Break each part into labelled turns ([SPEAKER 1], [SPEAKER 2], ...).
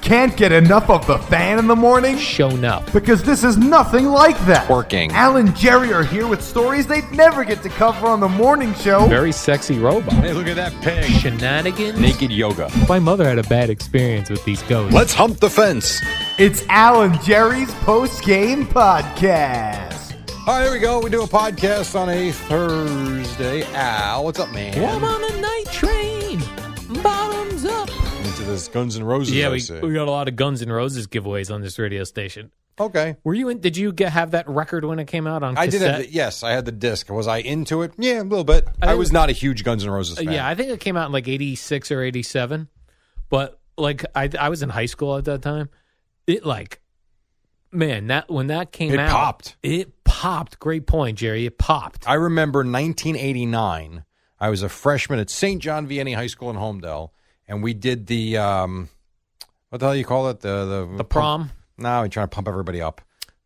[SPEAKER 1] Can't get enough of the fan in the morning?
[SPEAKER 2] shown up.
[SPEAKER 1] Because this is nothing like that.
[SPEAKER 3] Working.
[SPEAKER 1] Al and Jerry are here with stories they'd never get to cover on the morning show.
[SPEAKER 2] Very sexy robot.
[SPEAKER 3] Hey, look at that pig.
[SPEAKER 2] Shenanigans.
[SPEAKER 3] Naked yoga.
[SPEAKER 2] My mother had a bad experience with these ghosts.
[SPEAKER 3] Let's hump the fence.
[SPEAKER 1] It's Al and Jerry's post game podcast.
[SPEAKER 3] All right, here we go. We do a podcast on a Thursday. Al, what's up, man?
[SPEAKER 2] I'm on the night train. Bottoms up.
[SPEAKER 3] Into this Guns N' Roses.
[SPEAKER 4] Yeah,
[SPEAKER 3] I
[SPEAKER 4] we,
[SPEAKER 3] see.
[SPEAKER 4] we got a lot of Guns N' Roses giveaways on this radio station.
[SPEAKER 3] okay.
[SPEAKER 4] Were you in? Did you get, have that record when it came out on?
[SPEAKER 3] I did have
[SPEAKER 4] cassette?
[SPEAKER 3] the, yes, I had the disc. Was I into it? Yeah, a little bit.
[SPEAKER 4] I
[SPEAKER 3] I,
[SPEAKER 4] think-
[SPEAKER 3] was not a huge Guns N' Roses
[SPEAKER 4] Uh,
[SPEAKER 3] fan.
[SPEAKER 4] Yeah, I think it came out in like '86 or '87, but like I I was in high school at that time. It like, man, that when that came
[SPEAKER 3] It
[SPEAKER 4] out,
[SPEAKER 3] popped.
[SPEAKER 4] It popped. Great point, Jerry. It popped.
[SPEAKER 3] I remember 1989. I was a freshman at St. John Vianney High School in Homedale, and we did the um, what the hell you call it? The the
[SPEAKER 4] The prom.
[SPEAKER 3] No, we trying to pump everybody up.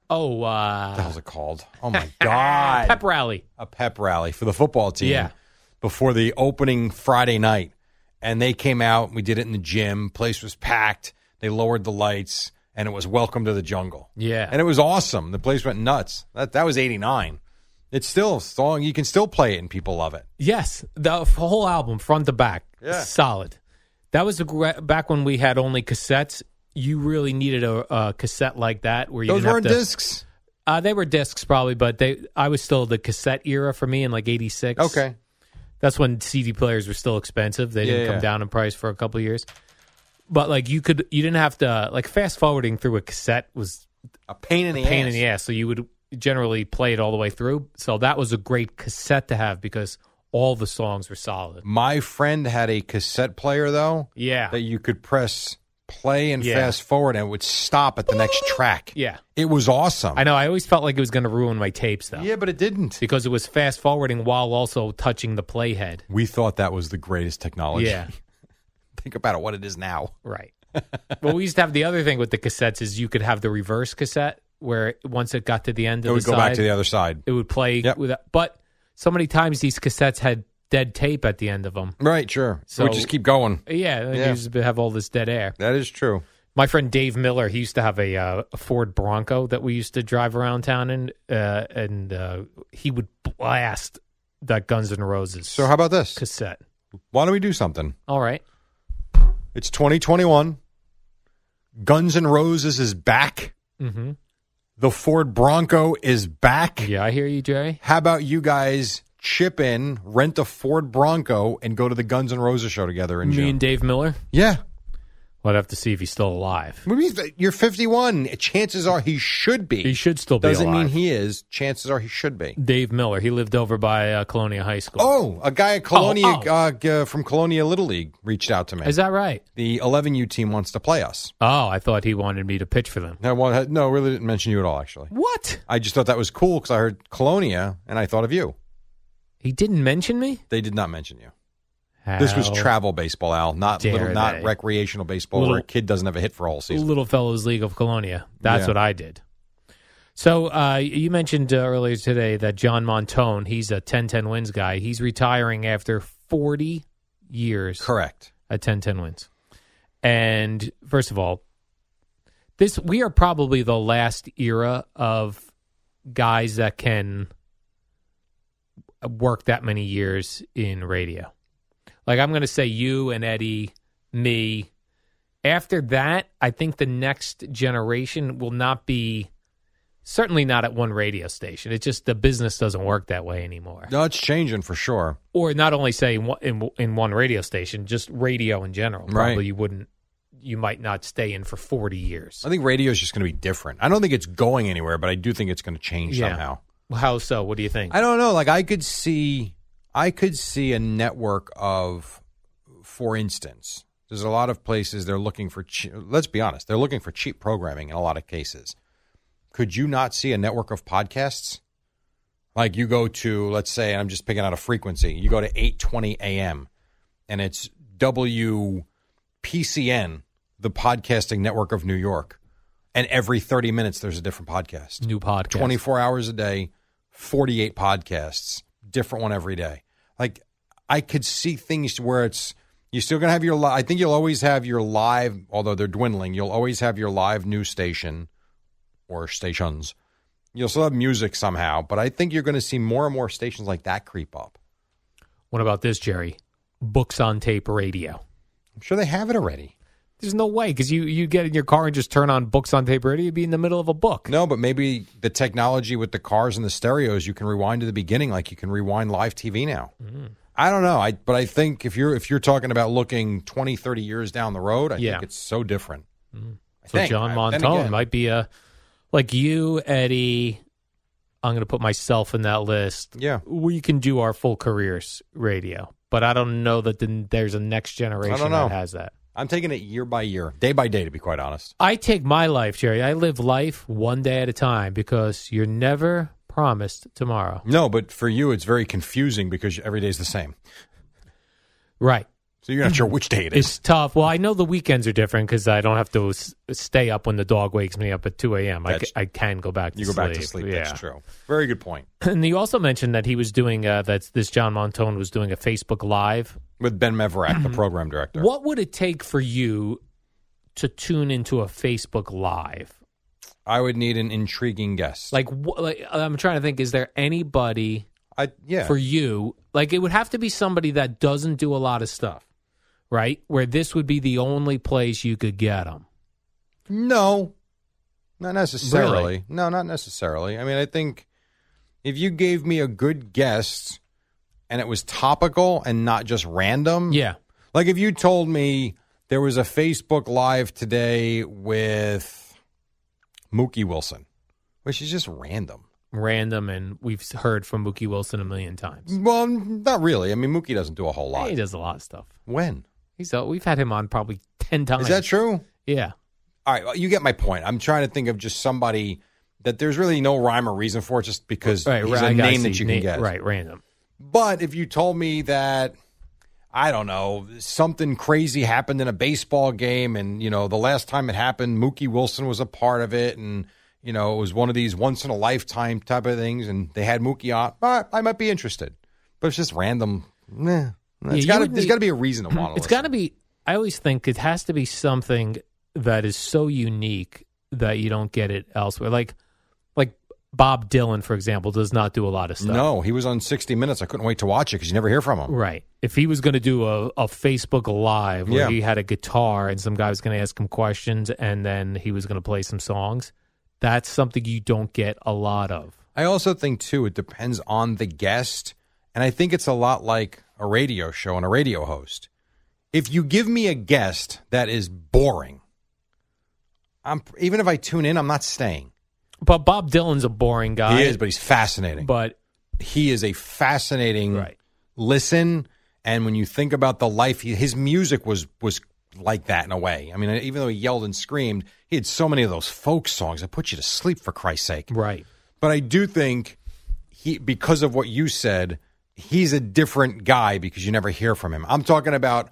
[SPEAKER 4] Oh,
[SPEAKER 3] What the
[SPEAKER 4] uh,
[SPEAKER 3] hell's it called? Oh my god!
[SPEAKER 4] pep rally.
[SPEAKER 3] a pep rally for the football team
[SPEAKER 4] Yeah.
[SPEAKER 3] before the opening Friday night. And they came out, we did it in the gym, place was packed, they lowered the lights, and it was welcome to the jungle.
[SPEAKER 4] Yeah.
[SPEAKER 3] And it was awesome. The place went nuts. That that was eighty nine. It's still a song you can still play it and people love it.
[SPEAKER 4] Yes, the f- whole album, front to back,
[SPEAKER 3] Yeah.
[SPEAKER 4] solid. That was the gra- back when we had only cassettes. You really needed a, a cassette like that where you
[SPEAKER 3] Those
[SPEAKER 4] didn't
[SPEAKER 3] weren't
[SPEAKER 4] have to,
[SPEAKER 3] discs.
[SPEAKER 4] Uh, they were discs probably, but they I was still the cassette era for me in like '86.
[SPEAKER 3] Okay.
[SPEAKER 4] that's when CD players were still expensive. They didn't
[SPEAKER 3] Yeah,
[SPEAKER 4] come
[SPEAKER 3] yeah.
[SPEAKER 4] down in price for a couple of years. But like you could, you didn't have to like fast forwarding through a cassette was
[SPEAKER 3] A pain in the
[SPEAKER 4] pain
[SPEAKER 3] ass.
[SPEAKER 4] in the ass. So you would generally play it all the way through. So that was a great cassette to have because all the songs were solid.
[SPEAKER 3] My friend had a cassette player though
[SPEAKER 4] Yeah.
[SPEAKER 3] that you could press play and
[SPEAKER 4] Yeah.
[SPEAKER 3] fast forward and it would stop at the next track.
[SPEAKER 4] Yeah.
[SPEAKER 3] It was awesome.
[SPEAKER 4] I know. I always felt like it was going to ruin my tapes, though.
[SPEAKER 3] Yeah, but it didn't.
[SPEAKER 4] Because it was fast forwarding while also touching the playhead.
[SPEAKER 3] We thought that was the greatest technology.
[SPEAKER 4] Yeah.
[SPEAKER 3] Think about it, what it is now.
[SPEAKER 4] Right. well, we used to have the other thing with the cassettes is you could have the reverse cassette where once it got to the end
[SPEAKER 3] It
[SPEAKER 4] of
[SPEAKER 3] would
[SPEAKER 4] the
[SPEAKER 3] go
[SPEAKER 4] side,
[SPEAKER 3] back to the other side.
[SPEAKER 4] it would play
[SPEAKER 3] Yep.
[SPEAKER 4] with. But so many times these cassettes had dead tape at the end of them.
[SPEAKER 3] Right, sure. So
[SPEAKER 4] So-
[SPEAKER 3] we just keep going.
[SPEAKER 4] Yeah, and
[SPEAKER 3] Yeah.
[SPEAKER 4] you just have all this dead air.
[SPEAKER 3] That is true.
[SPEAKER 4] My friend Dave Miller, he used to have a, uh, a Ford Bronco that we used to drive around town in, uh, and uh, he would blast that Guns N' Roses
[SPEAKER 3] So how about this?
[SPEAKER 4] cassette.
[SPEAKER 3] Why don't we do something?
[SPEAKER 4] All right.
[SPEAKER 3] It's 2021. Guns N' Roses is back.
[SPEAKER 4] Mm-hmm.
[SPEAKER 3] The Ford Bronco is back.
[SPEAKER 4] Yeah, I hear you, Jerry.
[SPEAKER 3] How about you guys chip in, rent a Ford Bronco, and go to the Guns N' Roses show together in
[SPEAKER 4] Me
[SPEAKER 3] June?
[SPEAKER 4] and Dave Miller.
[SPEAKER 3] yeah.
[SPEAKER 4] Well, I'd have to see if he's still alive.
[SPEAKER 3] What do you mean? You're 51. Chances are he should be.
[SPEAKER 4] He should still be
[SPEAKER 3] Doesn't
[SPEAKER 4] alive.
[SPEAKER 3] mean he is. Chances are he should be.
[SPEAKER 4] Dave Miller. He lived over by uh, Colonia High School.
[SPEAKER 3] Oh, a guy at Colonia
[SPEAKER 4] Oh, oh.
[SPEAKER 3] Uh, g- uh, from Colonia Little League reached out to me.
[SPEAKER 4] is that right?
[SPEAKER 3] the 11U team wants to play us.
[SPEAKER 4] Oh, I thought he wanted me to pitch for them.
[SPEAKER 3] No, well, no, really didn't mention you at all. Actually,
[SPEAKER 4] What?
[SPEAKER 3] I just thought that was cool because I heard Colonia and I thought of you.
[SPEAKER 4] He didn't mention me.
[SPEAKER 3] They did not mention you. This was
[SPEAKER 4] How
[SPEAKER 3] travel baseball, Al, not
[SPEAKER 4] dare
[SPEAKER 3] little, not
[SPEAKER 4] they.
[SPEAKER 3] recreational baseball where a
[SPEAKER 4] Little-
[SPEAKER 3] kid doesn't have a hit for a whole season.
[SPEAKER 4] Little Fellows League of Colonia. That's
[SPEAKER 3] Yeah.
[SPEAKER 4] what I did. So uh, you mentioned uh, earlier today that John Montone, he's a 10-10 wins guy. He's retiring after 40 years.
[SPEAKER 3] Correct.
[SPEAKER 4] at 10 10 wins. And first of all, this we are probably the last era of guys that can work that many years in radio. Like I'm going to say you and Eddie, me. After that, I think the next generation will not be Certainly not at one radio station. It's just the business doesn't work that way anymore.
[SPEAKER 3] No, it's changing for sure.
[SPEAKER 4] Or not only say in one, in, in one radio station, just radio in general.
[SPEAKER 3] Right.
[SPEAKER 4] Probably you wouldn't, you might not stay in for forty years.
[SPEAKER 3] I think radio is just going to be different. I don't think it's going anywhere, but I do think it's going to change
[SPEAKER 4] Yeah.
[SPEAKER 3] somehow.
[SPEAKER 4] How so? What do you think?
[SPEAKER 3] I don't know. Like I could see, I could see a network of, for instance, there's a lot of places they're looking for. Che- let's be honest, they're looking for cheap programming in a lot of cases. Could you not see a network of podcasts? Like you go to, let's say, and I'm just picking out a frequency. You go to 8:20 a.m. and it's WPCN, the podcasting network of New York, and every 30 minutes there's a different podcast.
[SPEAKER 4] New podcast.
[SPEAKER 3] 24 hours a day, 48 podcasts, different one every day. Like I could see things where it's you're still going to have your li- I think you'll always have your live although they're dwindling, you'll always have your live news station or stations. You'll still have music somehow, but I think you're going to see more and more stations like that creep up.
[SPEAKER 4] What about this, Jerry? Books on tape radio.
[SPEAKER 3] I'm sure they have it already.
[SPEAKER 4] There's no way because you you get in your car and just turn on books on tape radio. You'd be in the middle of a book.
[SPEAKER 3] No, but maybe the technology with the cars and the stereos, you can rewind to the beginning like you can rewind live TV now.
[SPEAKER 4] Mm.
[SPEAKER 3] I don't know. I but I think if you're if you're talking about looking 20, 30 years down the road, I
[SPEAKER 4] Yeah.
[SPEAKER 3] think it's so different. I
[SPEAKER 4] So
[SPEAKER 3] think.
[SPEAKER 4] John
[SPEAKER 3] I- then
[SPEAKER 4] Montone
[SPEAKER 3] again,
[SPEAKER 4] might be a like you, Eddie. I'm going to put myself in that list.
[SPEAKER 3] Yeah.
[SPEAKER 4] we can do our full careers radio, but I don't know that the, there's a next
[SPEAKER 3] I
[SPEAKER 4] generation
[SPEAKER 3] don't know.
[SPEAKER 4] that has that.
[SPEAKER 3] I'm taking it year by year, day by day to be quite honest.
[SPEAKER 4] I take my life, Jerry. I live life one day at a time because you're never promised tomorrow.
[SPEAKER 3] No, but for you it's very confusing because every day's the same.
[SPEAKER 4] Right.
[SPEAKER 3] So you're not sure which day it is.
[SPEAKER 4] Mm. It's tough. Well, I know the weekends are different because I don't have to s- stay up when the dog wakes me up at 2 a.m. I,
[SPEAKER 3] That's-
[SPEAKER 4] ca- I can go back to
[SPEAKER 3] you go
[SPEAKER 4] sleep.
[SPEAKER 3] back to sleep.
[SPEAKER 4] Yeah.
[SPEAKER 3] That's true. Very good point.
[SPEAKER 4] And you also mentioned that he was doing, uh, that this John Montone was doing a Facebook Live.
[SPEAKER 3] With Ben Meverack, the program director.
[SPEAKER 4] Mm-hmm. What would it take for you to tune into a Facebook Live?
[SPEAKER 3] I would need an intriguing guest.
[SPEAKER 4] Like, wh- like I'm trying to think, is there anybody
[SPEAKER 3] I yeah.
[SPEAKER 4] for you, like it would have to be somebody that doesn't do a lot of stuff, right? Where this would be the only place you could get them.
[SPEAKER 3] No, not necessarily. No, not necessarily. I mean, I think if you gave me a good guest and it was topical and not just random,
[SPEAKER 4] Yeah.
[SPEAKER 3] Like if you told me there was a Facebook Live today with Mookie Wilson, which is just random.
[SPEAKER 4] Random, and we've heard from Mookie Wilson a million times.
[SPEAKER 3] Well, not really. I mean, Mookie doesn't do a whole lot.
[SPEAKER 4] He does a lot of stuff.
[SPEAKER 3] When
[SPEAKER 4] He's uh, we've had him on probably ten times.
[SPEAKER 3] is that true?
[SPEAKER 4] Yeah.
[SPEAKER 3] All right, well, you get my point. I'm trying to think of just somebody that there's really no rhyme or reason for, just because
[SPEAKER 4] Right.
[SPEAKER 3] he's
[SPEAKER 4] right. I
[SPEAKER 3] a
[SPEAKER 4] gotta
[SPEAKER 3] name that
[SPEAKER 4] see
[SPEAKER 3] you
[SPEAKER 4] na-
[SPEAKER 3] can get.
[SPEAKER 4] Right. Random.
[SPEAKER 3] But if you told me that, I don't know, something crazy happened in a baseball game, and you know, the last time it happened, Mookie Wilson was a part of it, and you know, it was one of these once in a lifetime type of things, and they had Mookie on, all right, I might be interested. But it's just random. Nah,
[SPEAKER 4] you
[SPEAKER 3] it's got to.
[SPEAKER 4] would
[SPEAKER 3] There's
[SPEAKER 4] be-
[SPEAKER 3] got to be a reason to want to.
[SPEAKER 4] Hmm. It's got to be. I always think it has to be something that is so unique that you don't get it elsewhere. Like, like Bob Dylan, for example, does not do a lot of stuff.
[SPEAKER 3] No, he was on 60 Minutes. I couldn't wait to watch it because you never hear from him.
[SPEAKER 4] Right. If he was going to do a, a Facebook Live where
[SPEAKER 3] Yeah.
[SPEAKER 4] he had a guitar and some guy was going to ask him questions and then he was going to play some songs, that's something you don't get a lot of.
[SPEAKER 3] I also think too it depends on the guest, and I think it's a lot like a radio show and a radio host. If you give me a guest that is boring, I'm even if I tune in, I'm not staying.
[SPEAKER 4] But Bob Dylan's a boring guy.
[SPEAKER 3] he Mm. is, but he's fascinating.
[SPEAKER 4] but
[SPEAKER 3] he is a fascinating
[SPEAKER 4] Right.
[SPEAKER 3] listen, and when you think about the life, he, his music was was like that in a way. I mean, even though he yelled and screamed, he had so many of those folk songs that put you to sleep for Christ's sake.
[SPEAKER 4] right.
[SPEAKER 3] But I do think he, because of what you said, he's a different guy because you never hear from him. I'm talking about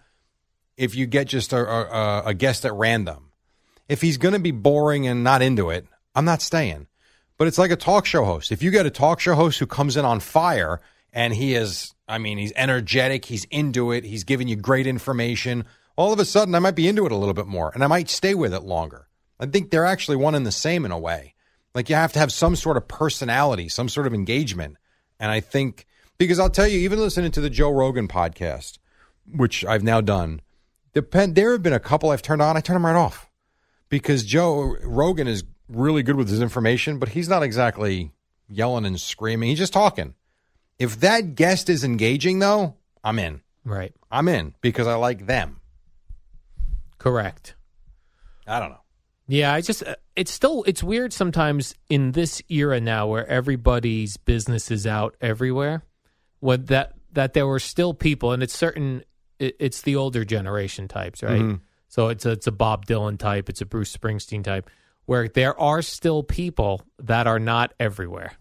[SPEAKER 3] if you get just a, a, a guest at random. If he's going to be boring and not into it, I'm not staying. But it's like a talk show host. If you get a talk show host who comes in on fire and he is, I mean, he's energetic, he's into it, he's giving you great information, all of a sudden I might be into it a little bit more and I might stay with it longer. I think they're actually one and the same in a way. Like you have to have some sort of personality, some sort of engagement. And I think, because I'll tell you, even listening to the Joe Rogan podcast, which I've now done, depend, there have been a couple I've turned on, I turn them right off because Joe Rogan is really good with his information, but he's not exactly yelling and screaming. He's just talking. If that guest is engaging, though, I'm in.
[SPEAKER 4] Right.
[SPEAKER 3] I'm in because I like them.
[SPEAKER 4] Correct.
[SPEAKER 3] I don't know.
[SPEAKER 4] Yeah, I just uh, it's still it's weird sometimes in this era now where everybody's business is out everywhere. When that that there were still people, and it's certain it, it's the older generation types, right? So it's a, it's a Bob Dylan type, it's a Bruce Springsteen type, where there are still people that are not everywhere.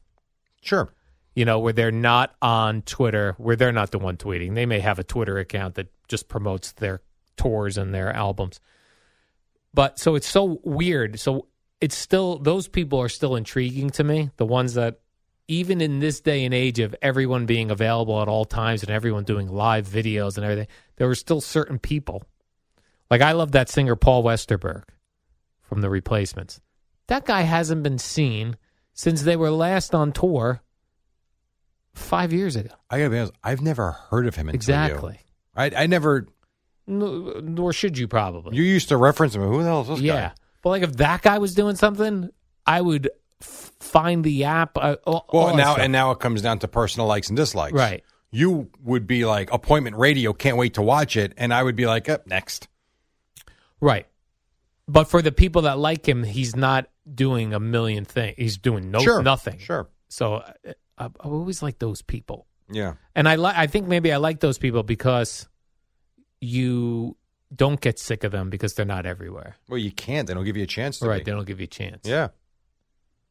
[SPEAKER 3] Sure.
[SPEAKER 4] You know, where they're not on Twitter, where they're not the one tweeting. They may have a Twitter account that just promotes their tours and their albums but so it's so weird. So it's still those people are still intriguing to me. The ones that even in this day and age of everyone being available at all times and everyone doing live videos and everything, there were still certain people. Like I love that singer Paul Westerberg from The Replacements. That guy hasn't been seen since they were last on tour five years ago.
[SPEAKER 3] I gotta be honest. I've never heard of him. Until
[SPEAKER 4] Exactly.
[SPEAKER 3] You. I I never.
[SPEAKER 4] No, nor should you probably.
[SPEAKER 3] You used to reference him. Who the hell is this guy?
[SPEAKER 4] yeah, but like if that guy was doing something, I would f- find the app. Uh, all, all
[SPEAKER 3] Well,
[SPEAKER 4] that
[SPEAKER 3] now
[SPEAKER 4] stuff.
[SPEAKER 3] and now it comes down to personal likes and dislikes.
[SPEAKER 4] Right.
[SPEAKER 3] You would be like appointment radio. Can't wait to watch it. And I would be like, up next.
[SPEAKER 4] right. But for the people that like him, he's not doing a million things. He's doing no
[SPEAKER 3] sure.
[SPEAKER 4] nothing.
[SPEAKER 3] Sure.
[SPEAKER 4] So uh, I, I always like those people,
[SPEAKER 3] Yeah.
[SPEAKER 4] and I like. I think maybe I like those people because you don't get sick of them because they're not everywhere.
[SPEAKER 3] Well, you can't. They don't give you a chance to.
[SPEAKER 4] Right? They
[SPEAKER 3] be.
[SPEAKER 4] don't give you a chance.
[SPEAKER 3] Yeah.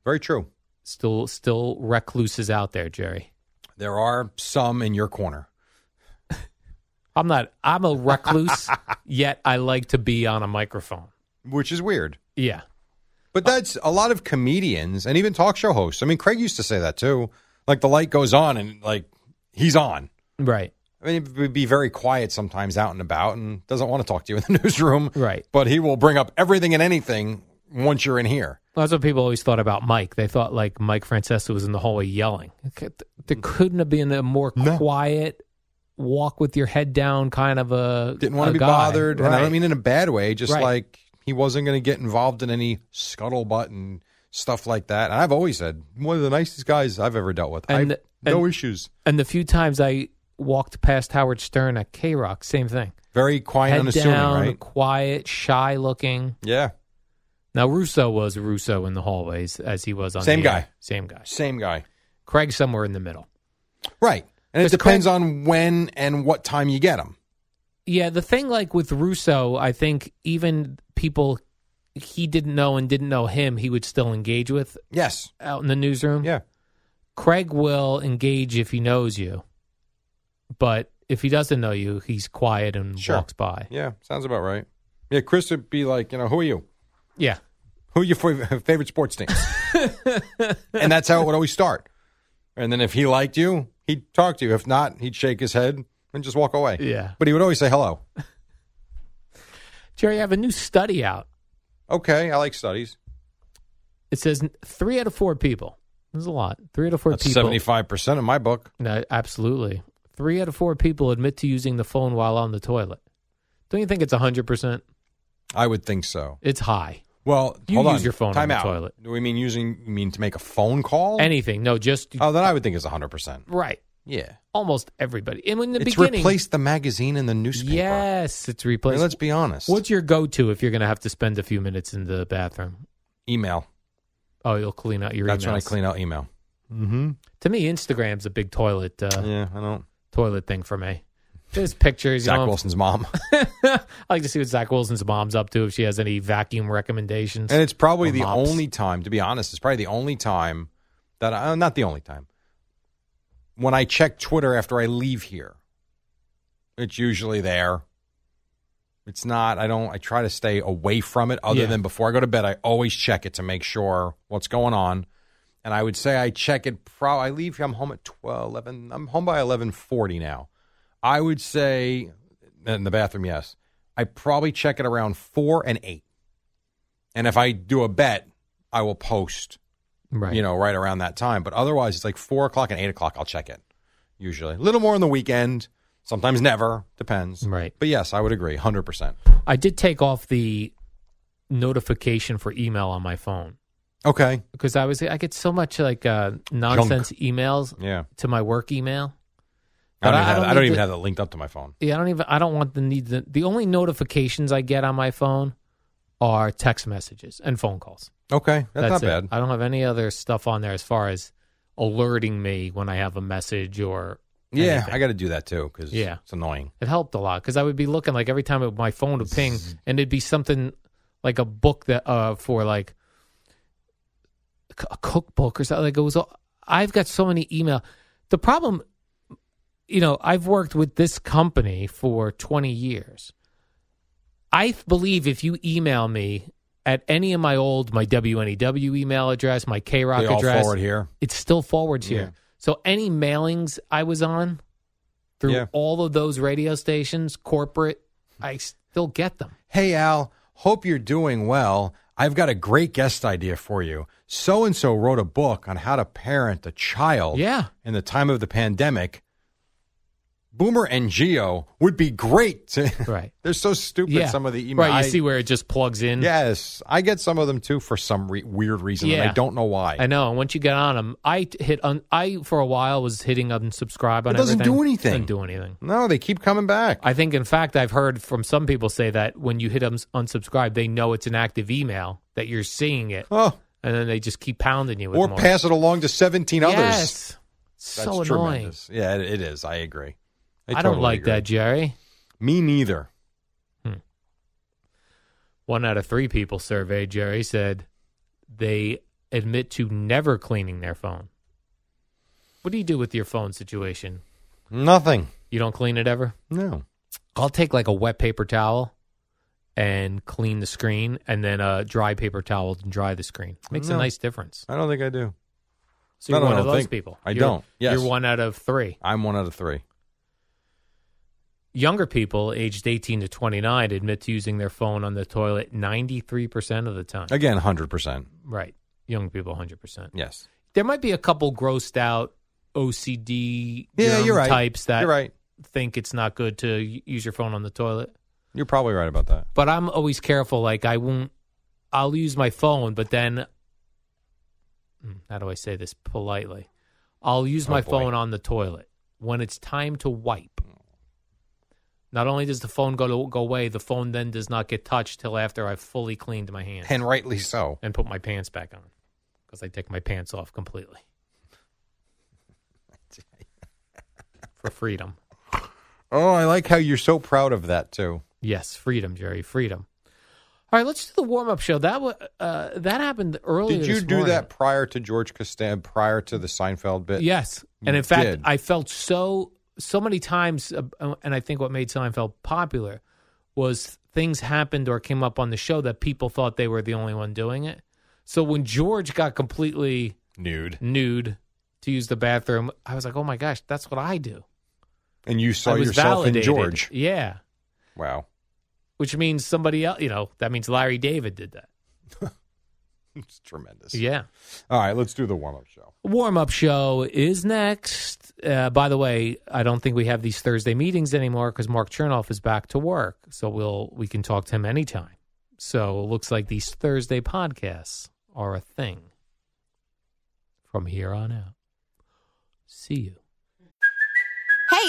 [SPEAKER 3] Very true.
[SPEAKER 4] Still, still recluses out there, Jerry.
[SPEAKER 3] There are some in your corner.
[SPEAKER 4] I'm not. I'm a recluse, yet I like to be on a microphone.
[SPEAKER 3] which is weird.
[SPEAKER 4] Yeah,
[SPEAKER 3] But that's a lot of comedians and even talk show hosts. I mean, Craig used to say that too. Like the light goes on and like he's on.
[SPEAKER 4] right,
[SPEAKER 3] I mean, he would be very quiet sometimes out and about and doesn't want to talk to you in the newsroom.
[SPEAKER 4] right.
[SPEAKER 3] But he will bring up everything and anything once you're in here.
[SPEAKER 4] That's what people always thought about Mike. They thought like Mike Francesa was in the hallway yelling. Okay, th- There couldn't have been a more
[SPEAKER 3] No.
[SPEAKER 4] quiet, walk with your head down kind of a
[SPEAKER 3] Didn't want
[SPEAKER 4] a
[SPEAKER 3] to be
[SPEAKER 4] guy.
[SPEAKER 3] bothered. And I
[SPEAKER 4] Right.
[SPEAKER 3] don't mean in a bad way, just
[SPEAKER 4] Right.
[SPEAKER 3] like he wasn't going to get involved in any scuttlebutt and stuff like that. And I've always said, one of the nicest guys I've ever dealt with.
[SPEAKER 4] And-
[SPEAKER 3] I've- no
[SPEAKER 4] and-
[SPEAKER 3] issues.
[SPEAKER 4] And the few times I walked past Howard Stern at K Rock, same thing.
[SPEAKER 3] Very quiet,
[SPEAKER 4] head
[SPEAKER 3] unassuming,
[SPEAKER 4] down,
[SPEAKER 3] right?
[SPEAKER 4] quiet, shy looking.
[SPEAKER 3] Yeah.
[SPEAKER 4] Now Russo was Russo in the hallways as he was on
[SPEAKER 3] Same
[SPEAKER 4] the air.
[SPEAKER 3] guy.
[SPEAKER 4] Same guy.
[SPEAKER 3] Same guy.
[SPEAKER 4] Craig somewhere in the middle.
[SPEAKER 3] Right. And it
[SPEAKER 4] 'Cause
[SPEAKER 3] depends
[SPEAKER 4] Craig-
[SPEAKER 3] on when and what time you get them.
[SPEAKER 4] Yeah, the thing like with Russo, I think even people he didn't know and didn't know him, he would still engage with
[SPEAKER 3] Yes.
[SPEAKER 4] out in the newsroom.
[SPEAKER 3] Yeah.
[SPEAKER 4] Craig will engage if he knows you, but if he doesn't know you, he's quiet and
[SPEAKER 3] Sure.
[SPEAKER 4] walks by.
[SPEAKER 3] Yeah. Sounds about right. Yeah. Chris would be like, you know, who are you?
[SPEAKER 4] Yeah,
[SPEAKER 3] Who are your fav- favorite sports teams? and that's how it would always start. And then if he liked you, he'd talk to you. If not, he'd shake his head and just walk away.
[SPEAKER 4] Yeah.
[SPEAKER 3] But he would always say hello.
[SPEAKER 4] Jerry, I have a new study out.
[SPEAKER 3] Okay. I like studies.
[SPEAKER 4] It says three out of four people. There's a lot. Three out of four
[SPEAKER 3] That's
[SPEAKER 4] people.
[SPEAKER 3] 75% in my book.
[SPEAKER 4] No, absolutely. Three out of four people admit to using the phone while on the toilet. Don't you think it's hundred percent?
[SPEAKER 3] I would think so.
[SPEAKER 4] It's high.
[SPEAKER 3] Well,
[SPEAKER 4] You
[SPEAKER 3] hold
[SPEAKER 4] use
[SPEAKER 3] on.
[SPEAKER 4] your phone on
[SPEAKER 3] Time
[SPEAKER 4] the
[SPEAKER 3] out.
[SPEAKER 4] toilet.
[SPEAKER 3] Do we mean using, you mean to make a phone call?
[SPEAKER 4] Anything? No, just
[SPEAKER 3] oh, then I would think it's 100%.
[SPEAKER 4] right.
[SPEAKER 3] Yeah.
[SPEAKER 4] Almost everybody. And in the
[SPEAKER 3] it's
[SPEAKER 4] beginning,
[SPEAKER 3] replaced the magazine and the newspaper.
[SPEAKER 4] yes, it's
[SPEAKER 3] I mean,
[SPEAKER 4] replaced.
[SPEAKER 3] let's be honest.
[SPEAKER 4] What's your go-to if you're going to have to spend a few minutes in the bathroom?
[SPEAKER 3] email?
[SPEAKER 4] Oh, you'll clean out your
[SPEAKER 3] That's
[SPEAKER 4] emails.
[SPEAKER 3] when I clean out email.
[SPEAKER 4] To me, Instagram's a big toilet uh,
[SPEAKER 3] Yeah, I don't.
[SPEAKER 4] toilet thing for me. There's pictures.
[SPEAKER 3] Zach
[SPEAKER 4] you know,
[SPEAKER 3] Wilson's mom,
[SPEAKER 4] I like to see what Zach Wilson's mom's up to if she has any vacuum recommendations.
[SPEAKER 3] and it's probably
[SPEAKER 4] Or
[SPEAKER 3] the
[SPEAKER 4] mops.
[SPEAKER 3] only time. To be honest, it's probably the only time that I, uh, not the only time when I check Twitter after I leave here. It's usually there. It's not. I don't. I try to stay away from it. Other
[SPEAKER 4] Yeah.
[SPEAKER 3] than before I go to bed, I always check it to make sure what's going on. And I would say I check it. Pro. I leave. I'm home at 12, 11. I'm home by eleven forty now. I would say in the bathroom. Yes, I probably check it around four and eight. And if I do a bet, I will post.
[SPEAKER 4] right.
[SPEAKER 3] You know, right around that time. But otherwise, it's like four o'clock and eight o'clock. I'll check it. Usually, a little more on the weekend. Sometimes never. Depends.
[SPEAKER 4] Right.
[SPEAKER 3] But yes, I would agree, hundred percent.
[SPEAKER 4] I did take off the notification for email on my phone
[SPEAKER 3] Okay.
[SPEAKER 4] because I was I get so much like uh, nonsense emails
[SPEAKER 3] Yeah.
[SPEAKER 4] to my work email.
[SPEAKER 3] I
[SPEAKER 4] But
[SPEAKER 3] don't, even, have, I
[SPEAKER 4] need
[SPEAKER 3] don't even
[SPEAKER 4] to-
[SPEAKER 3] have that linked up to my phone.
[SPEAKER 4] Yeah, I don't even. I don't want the need. The, the only notifications I get on my phone are text messages and phone calls.
[SPEAKER 3] Okay. That's, not
[SPEAKER 4] it.
[SPEAKER 3] bad.
[SPEAKER 4] I don't have any other stuff on there as far as alerting me when I have a message or
[SPEAKER 3] yeah.
[SPEAKER 4] anything.
[SPEAKER 3] I got to do that too because
[SPEAKER 4] Yeah.
[SPEAKER 3] it's annoying.
[SPEAKER 4] It helped a lot because I would be looking like every time it, my phone would ping,
[SPEAKER 3] Mm.
[SPEAKER 4] and it'd be something like a book that uh for like c- a cookbook or something. Like it was. all- I've got so many email. The problem, you know, I've worked with this company for twenty years. I believe if you email me at any of my old my WNEW email address, my K Rock
[SPEAKER 3] They all
[SPEAKER 4] address,
[SPEAKER 3] forward here.
[SPEAKER 4] it's still forwards here.
[SPEAKER 3] Yeah.
[SPEAKER 4] So any mailings I was on through
[SPEAKER 3] Yeah.
[SPEAKER 4] all of those radio stations, corporate, I still get them.
[SPEAKER 3] Hey, Al, hope you're doing well. I've got a great guest idea for you. So and so wrote a book on how to parent a child
[SPEAKER 4] Yeah.
[SPEAKER 3] in the time of the pandemic. Boomer and Geo would be great. To,
[SPEAKER 4] Right.
[SPEAKER 3] They're so stupid,
[SPEAKER 4] Yeah.
[SPEAKER 3] some of the emails.
[SPEAKER 4] Right. You
[SPEAKER 3] I-
[SPEAKER 4] see where it just plugs in.
[SPEAKER 3] Yes, I get some of them too for some re- weird reason, and I
[SPEAKER 4] Yeah.
[SPEAKER 3] don't know why.
[SPEAKER 4] I know. And once you get on them, I t- hit un- I for a while was hitting unsubscribe on
[SPEAKER 3] It doesn't
[SPEAKER 4] everything.
[SPEAKER 3] do anything.
[SPEAKER 4] Doesn't do anything.
[SPEAKER 3] no, they keep coming back.
[SPEAKER 4] I think, in fact, I've heard from some people say that when you hit uns- unsubscribe, they know it's an active email that you're seeing it,
[SPEAKER 3] oh,
[SPEAKER 4] and then they just keep pounding you with
[SPEAKER 3] or
[SPEAKER 4] more.
[SPEAKER 3] pass it along to seventeen others.
[SPEAKER 4] yes.
[SPEAKER 3] That's
[SPEAKER 4] So annoying.
[SPEAKER 3] tremendous. Yeah, it, it is. I agree.
[SPEAKER 4] I, don't
[SPEAKER 3] totally
[SPEAKER 4] like
[SPEAKER 3] agree.
[SPEAKER 4] that, Jerry.
[SPEAKER 3] Me neither.
[SPEAKER 4] One out of three people surveyed, Jerry, said they admit to never cleaning their phone. What do you do with your phone situation?
[SPEAKER 3] Nothing.
[SPEAKER 4] You don't clean it ever?
[SPEAKER 3] No.
[SPEAKER 4] I'll take like a wet paper towel and clean the screen and then a dry paper towel and dry the screen. Makes
[SPEAKER 3] No.
[SPEAKER 4] a nice difference.
[SPEAKER 3] I don't think I do.
[SPEAKER 4] So
[SPEAKER 3] No,
[SPEAKER 4] you're
[SPEAKER 3] no,
[SPEAKER 4] one
[SPEAKER 3] no,
[SPEAKER 4] of those
[SPEAKER 3] thank-
[SPEAKER 4] people.
[SPEAKER 3] I
[SPEAKER 4] You're-
[SPEAKER 3] don't. Yes.
[SPEAKER 4] You're one out of three.
[SPEAKER 3] I'm one out of three.
[SPEAKER 4] Younger people aged 18 to 29 admit to using their phone on the toilet 93% of the time.
[SPEAKER 3] Again, hundred percent.
[SPEAKER 4] Right. Young people 100%.
[SPEAKER 3] Yes.
[SPEAKER 4] there might be a couple grossed out OCD
[SPEAKER 3] Yeah,
[SPEAKER 4] germ
[SPEAKER 3] you're right.
[SPEAKER 4] types that
[SPEAKER 3] You're right.
[SPEAKER 4] think it's not good to y- use your phone on the toilet.
[SPEAKER 3] You're probably right about that.
[SPEAKER 4] But I'm always careful. Like I won't. I'll use my phone, but then Hmm, how do I say this politely? I'll use
[SPEAKER 3] Oh,
[SPEAKER 4] my
[SPEAKER 3] boy.
[SPEAKER 4] phone on the toilet when it's time to wipe. Not only does the phone go to, go away, the phone then does not get touched till after I've fully cleaned my hands
[SPEAKER 3] And rightly so.
[SPEAKER 4] and put my pants back on because I take my pants off completely for freedom.
[SPEAKER 3] Oh, I like how you're so proud of that too.
[SPEAKER 4] Yes, freedom, Jerry, freedom. All right, let's do the warm up show. That wa- uh, that happened earlier.
[SPEAKER 3] Did you
[SPEAKER 4] this
[SPEAKER 3] do
[SPEAKER 4] morning.
[SPEAKER 3] that prior to George Costanza, prior to the Seinfeld bit?
[SPEAKER 4] Yes, and
[SPEAKER 3] You
[SPEAKER 4] in fact,
[SPEAKER 3] did.
[SPEAKER 4] I felt so so many times, uh, and I think what made Seinfeld popular was things happened or came up on the show that people thought they were the only one doing it. So when George got completely
[SPEAKER 3] Nude.
[SPEAKER 4] nude to use the bathroom, I was like, oh my gosh, that's what I do.
[SPEAKER 3] And you saw
[SPEAKER 4] I was
[SPEAKER 3] yourself
[SPEAKER 4] validated.
[SPEAKER 3] in George.
[SPEAKER 4] Yeah.
[SPEAKER 3] Wow.
[SPEAKER 4] Which means somebody else, you know, that means Larry David did that.
[SPEAKER 3] It's tremendous.
[SPEAKER 4] Yeah.
[SPEAKER 3] All right, let's do the warm up show.
[SPEAKER 4] Warm up show is next. Uh, by the way, I don't think we have these Thursday meetings anymore because Mark Chernoff is back to work. So we'll, we can talk to him anytime. So it looks like these Thursday podcasts are a thing from here on out. See you.
[SPEAKER 5] Hey,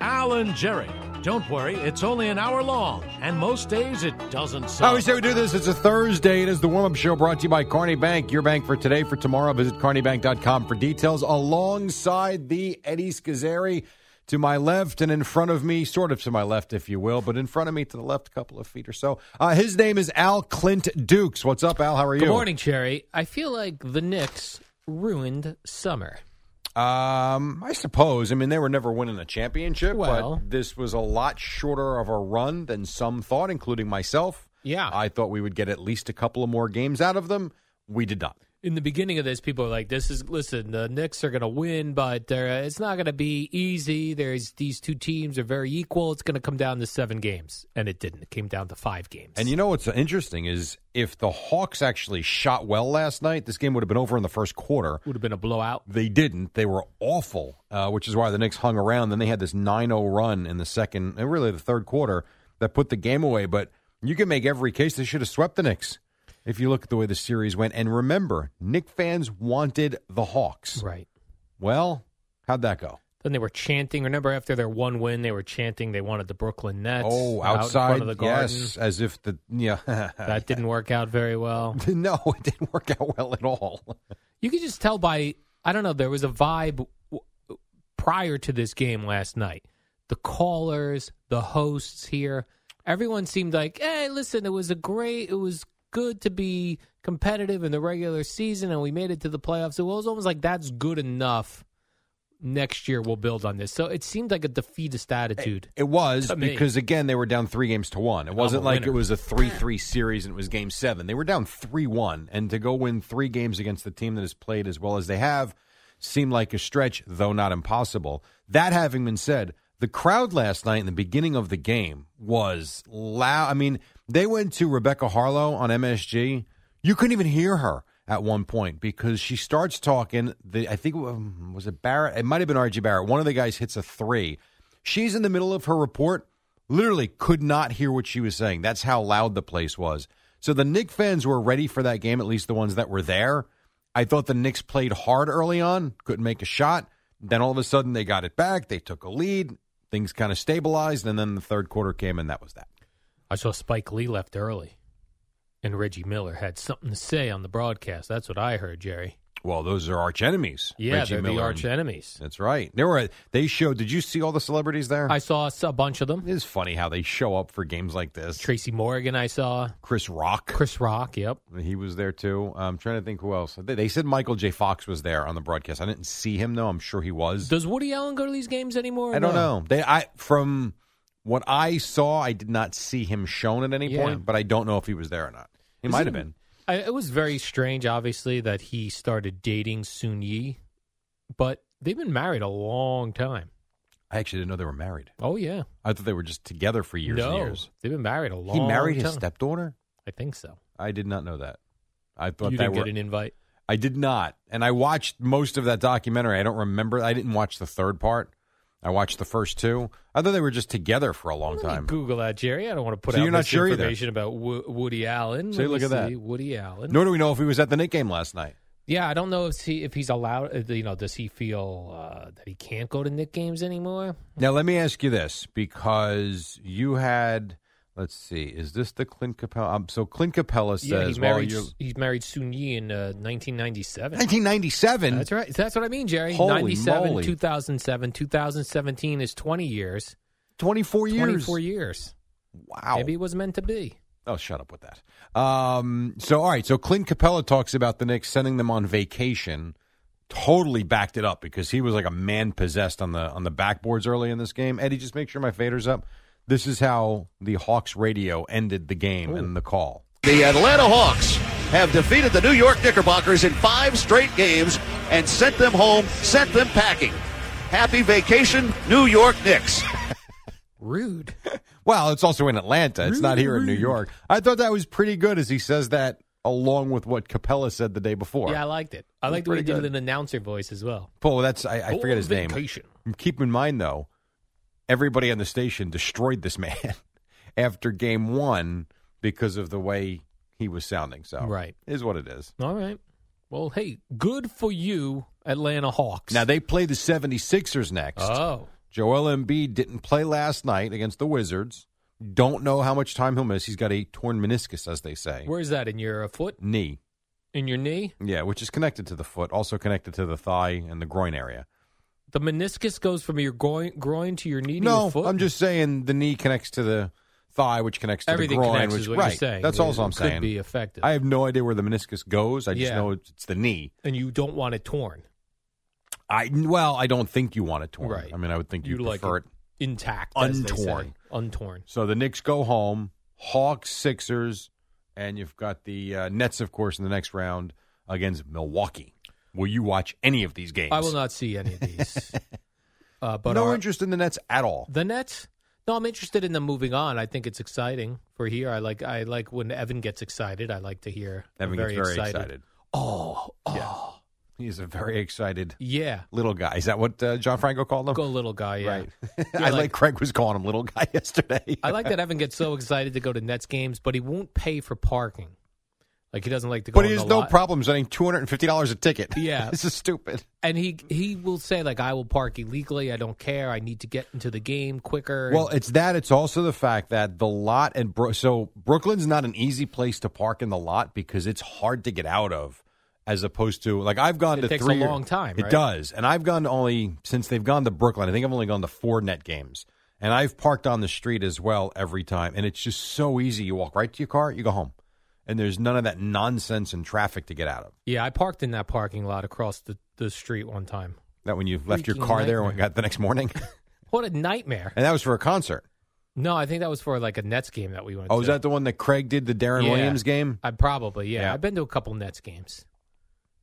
[SPEAKER 6] Alan Jerry. Don't worry, it's only an hour long, and most days it doesn't
[SPEAKER 3] I
[SPEAKER 6] suck.
[SPEAKER 3] always say we do this. It's a Thursday. It is the warm up show brought to you by Carney Bank, your bank for today, for tomorrow. Visit carneybank.com for details alongside the Eddie Scazzeri to my left and in front of me, sort of to my left, if you will, but in front of me to the left, a couple of feet or so. Uh, his name is Al Clint Dukes. What's up, Al? How are you?
[SPEAKER 4] Good morning, Cherry. I feel like the Knicks ruined summer.
[SPEAKER 3] Um, I suppose. I mean, they were never winning a championship,
[SPEAKER 4] Well-
[SPEAKER 3] but this was a lot shorter of a run than some thought, including myself.
[SPEAKER 4] Yeah.
[SPEAKER 3] I thought we would get at least a couple of more games out of them. We did not.
[SPEAKER 4] in the beginning of this, people are like, "This is listen, the Knicks are going to win, but they're, it's not going to be easy. There's these two teams are very equal. It's going to come down to seven games, and it didn't. It came down to five games.
[SPEAKER 3] And you know what's interesting is if the Hawks actually shot well last night, this game would have been over in the first quarter.
[SPEAKER 4] would have been a blowout.
[SPEAKER 3] They didn't. They were awful, uh, which is why the Knicks hung around. Then they had this 9 0 run in the second, and really the third quarter, that put the game away. But you can make every case they should have swept the Knicks if you look at the way the series went. And remember, Nick fans wanted the Hawks.
[SPEAKER 4] Right.
[SPEAKER 3] Well, how'd that go?
[SPEAKER 4] Then they were chanting. Remember, after their one win, they were chanting they wanted the Brooklyn Nets.
[SPEAKER 3] oh,
[SPEAKER 4] out in
[SPEAKER 3] outside.
[SPEAKER 4] front of the garden.
[SPEAKER 3] yes, as if the. Yeah.
[SPEAKER 4] That didn't work out very well.
[SPEAKER 3] no, it didn't work out well at all.
[SPEAKER 4] You could just tell by I don't know. There was a vibe w- prior to this game last night. The callers, the hosts here, everyone seemed like, "Hey, listen, it was a great, it was good to be competitive in the regular season, and we made it to the playoffs." It was almost like that's good enough. Next year we'll build on this. So it seemed like a defeatist attitude.
[SPEAKER 3] It was
[SPEAKER 4] To me.
[SPEAKER 3] because again they were down three games to one. It wasn't
[SPEAKER 4] a
[SPEAKER 3] like
[SPEAKER 4] winner.
[SPEAKER 3] it was a three-three series and it was game seven. They were down three-one, and to go win three games against the team that has played as well as they have seemed like a stretch, though not impossible. That having been said, the crowd last night in the beginning of the game was loud. I mean, they went to Rebecca Harlow on MSG. You couldn't even hear her at one point because she starts talking. The I think um, was it Barrett. It might have been RG Barrett. One of the guys hits a three. She's in the middle of her report, literally could not hear what she was saying. That's how loud the place was. So the Knicks fans were ready for that game, at least the ones that were there. I thought the Knicks played hard early on, couldn't make a shot. Then all of a sudden they got it back. They took a lead. Things kind of stabilized, and then the third quarter came, and that was that.
[SPEAKER 4] I saw Spike Lee left early, and Reggie Miller had something to say on the broadcast. That's what I heard, Jerry.
[SPEAKER 3] Well, those are arch enemies.
[SPEAKER 4] Yeah,
[SPEAKER 3] Reggie
[SPEAKER 4] they're the
[SPEAKER 3] Miller and-
[SPEAKER 4] arch enemies.
[SPEAKER 3] That's right. They were. They showed. Did you see all the celebrities there?
[SPEAKER 4] I saw s- a bunch of them.
[SPEAKER 3] it is funny how they show up for games like this.
[SPEAKER 4] Tracy Morgan, I saw.
[SPEAKER 3] Chris Rock.
[SPEAKER 4] Chris Rock, yep.
[SPEAKER 3] He was there too. I'm trying to think who else. They, they said Michael J. Fox was there on the broadcast. I didn't see him though. I'm sure he was.
[SPEAKER 4] Does Woody Allen go to these games anymore? or
[SPEAKER 3] I don't
[SPEAKER 4] no?
[SPEAKER 3] know. They I from what I saw, I did not see him shown at any
[SPEAKER 4] Yeah.
[SPEAKER 3] point, but I don't know if he was there or not. He might have been.
[SPEAKER 4] I, it was very strange, obviously, that he started dating Soon Yi, but they've been married a long time.
[SPEAKER 3] I actually didn't know they were married.
[SPEAKER 4] Oh, yeah.
[SPEAKER 3] I thought they were just together for years
[SPEAKER 4] no,
[SPEAKER 3] and years.
[SPEAKER 4] They've been married a long
[SPEAKER 3] He
[SPEAKER 4] time.
[SPEAKER 3] married his stepdaughter?
[SPEAKER 4] I think so.
[SPEAKER 3] I did not know that. I thought
[SPEAKER 4] You
[SPEAKER 3] they
[SPEAKER 4] didn't
[SPEAKER 3] were
[SPEAKER 4] get an invite.
[SPEAKER 3] I did not. And I watched most of that documentary. I don't remember. I didn't watch the third part. I watched the first two. I thought they were just together for a long
[SPEAKER 4] Let me
[SPEAKER 3] time.
[SPEAKER 4] Google that, Jerry. I don't want to put
[SPEAKER 3] So
[SPEAKER 4] out
[SPEAKER 3] you're not sure either.
[SPEAKER 4] misinformation about Wo- Woody Allen.
[SPEAKER 3] See,
[SPEAKER 4] Let me
[SPEAKER 3] look at that.
[SPEAKER 4] see. Woody Allen.
[SPEAKER 3] Nor do we know if he was at the Nick game last night.
[SPEAKER 4] Yeah, I don't know if he if he's allowed. uh, You know, does he feel uh, that he can't go to Nick games anymore?
[SPEAKER 3] Now, let me ask you this because you had, let's see, is this the Clint Capella? Um, so Clint Capella says,
[SPEAKER 4] yeah, he's
[SPEAKER 3] well,
[SPEAKER 4] married.
[SPEAKER 3] you're-
[SPEAKER 4] he's married Sun Yi in uh, 1997.
[SPEAKER 3] 1997.
[SPEAKER 4] That's right. That's what I mean, Jerry.
[SPEAKER 3] Holy
[SPEAKER 4] 97,
[SPEAKER 3] moly.
[SPEAKER 4] 2007, 2017 is 20 years.
[SPEAKER 3] 24 years.
[SPEAKER 4] 24 years.
[SPEAKER 3] Wow.
[SPEAKER 4] Maybe it was meant to be.
[SPEAKER 3] Oh, shut up with that. Um, so, all right. So, Clint Capella talks about the Knicks sending them on vacation. Totally backed it up because he was like a man possessed on the on the backboards early in this game. Eddie, just make sure my fader's up. This is how the Hawks radio ended the game and the call.
[SPEAKER 7] The Atlanta Hawks have defeated the New York Knickerbockers in five straight games and sent them home, sent them packing. Happy vacation, New York Knicks.
[SPEAKER 4] Rude.
[SPEAKER 3] Well, it's also in Atlanta. It's not here in New York. I thought that was pretty good as he says that along with what Capella said the day before.
[SPEAKER 4] yeah, I liked it. I liked the way he
[SPEAKER 3] pretty
[SPEAKER 4] did it in
[SPEAKER 3] good.
[SPEAKER 4] announcer voice as well.
[SPEAKER 3] Paul, that's I, I forget his name.
[SPEAKER 4] vacation.
[SPEAKER 3] Keep in mind though, everybody on the station destroyed this man after game one because of the way he was sounding. So
[SPEAKER 4] Right.
[SPEAKER 3] is what it is.
[SPEAKER 4] All right. Well, hey, good for you, Atlanta Hawks.
[SPEAKER 3] Now they play the 76ers next.
[SPEAKER 4] Oh.
[SPEAKER 3] Uh-huh. Joel Embiid didn't play last night against the Wizards. Don't know how much time he'll miss. He's got a torn meniscus, as they say.
[SPEAKER 4] Where's that? In your uh, foot?
[SPEAKER 3] Knee.
[SPEAKER 4] In your knee?
[SPEAKER 3] Yeah, which is connected to the foot, also connected to the thigh and the groin area.
[SPEAKER 4] The meniscus goes from your groin, groin to your knee to
[SPEAKER 3] no,
[SPEAKER 4] your foot?
[SPEAKER 3] I'm just saying the knee connects to the thigh, which connects to
[SPEAKER 4] Everything
[SPEAKER 3] the groin.
[SPEAKER 4] connects
[SPEAKER 3] which
[SPEAKER 4] is what
[SPEAKER 3] right,
[SPEAKER 4] you're saying.
[SPEAKER 3] That's
[SPEAKER 4] It
[SPEAKER 3] all I'm
[SPEAKER 4] could
[SPEAKER 3] saying.
[SPEAKER 4] be affected.
[SPEAKER 3] I have no idea where the meniscus goes. I just
[SPEAKER 4] Yeah.
[SPEAKER 3] know it's, it's the knee.
[SPEAKER 4] and you don't want it torn.
[SPEAKER 3] I well, I don't think you want it torn.
[SPEAKER 4] Right.
[SPEAKER 3] I mean, I would think
[SPEAKER 4] You
[SPEAKER 3] you
[SPEAKER 4] like
[SPEAKER 3] prefer
[SPEAKER 4] it intact, as they say.
[SPEAKER 3] untorn.
[SPEAKER 4] untorn.
[SPEAKER 3] So the Knicks go home, Hawks, Sixers, and you've got the uh, Nets, of course, in the next round against Milwaukee. Will you watch any of these games?
[SPEAKER 4] I will not see any of these. uh, but
[SPEAKER 3] no
[SPEAKER 4] our-
[SPEAKER 3] interest in the Nets at all.
[SPEAKER 4] the Nets. No, I'm interested in them moving on. I think it's exciting for here. I like I like when Evan gets excited. I like to hear
[SPEAKER 3] Evan
[SPEAKER 4] very
[SPEAKER 3] gets very
[SPEAKER 4] excited.
[SPEAKER 3] excited. Oh, he's a very excited
[SPEAKER 4] Yeah,
[SPEAKER 3] little guy. Is that what uh, John Franco called him?
[SPEAKER 4] go little guy. Yeah.
[SPEAKER 3] Right.
[SPEAKER 4] Yeah,
[SPEAKER 3] I like,
[SPEAKER 4] like-
[SPEAKER 3] Craig was calling him little guy yesterday.
[SPEAKER 4] I like that Evan gets so excited to go to Nets games, but he won't pay for parking. Like he doesn't like to go.
[SPEAKER 3] but he
[SPEAKER 4] on
[SPEAKER 3] has
[SPEAKER 4] the
[SPEAKER 3] no
[SPEAKER 4] lot.
[SPEAKER 3] problem sending two hundred and fifty dollars a ticket.
[SPEAKER 4] Yeah.
[SPEAKER 3] this is stupid.
[SPEAKER 4] And he he will say like, "I will park illegally. I don't care. I need to get into the game quicker."
[SPEAKER 3] Well, it's that. It's also the fact that the lot and Bro- so Brooklyn's not an easy place to park in the lot because it's hard to get out of. As opposed to like I've gone
[SPEAKER 4] It
[SPEAKER 3] to
[SPEAKER 4] takes a
[SPEAKER 3] three. or-
[SPEAKER 4] long time,
[SPEAKER 3] It
[SPEAKER 4] right?
[SPEAKER 3] does, and I've gone to only since they've gone to Brooklyn. I think I've only gone to four net games, and I've parked on the street as well every time. And it's just so easy. You walk right to your car, you go home, and there's none of that nonsense and traffic to get out of.
[SPEAKER 4] yeah, I parked in that parking lot across the, the street one time.
[SPEAKER 3] That when you left your
[SPEAKER 4] Freaking
[SPEAKER 3] car there when
[SPEAKER 4] nightmare.
[SPEAKER 3] got the next morning,
[SPEAKER 4] What a nightmare!
[SPEAKER 3] and that was for a concert.
[SPEAKER 4] No, I think that was for like a Nets game that we went.
[SPEAKER 3] Oh,
[SPEAKER 4] to.
[SPEAKER 3] was that the one that Craig did the Darren
[SPEAKER 4] Yeah.
[SPEAKER 3] Williams game?
[SPEAKER 4] I probably yeah.
[SPEAKER 3] Yeah.
[SPEAKER 4] I've been to a couple Nets games.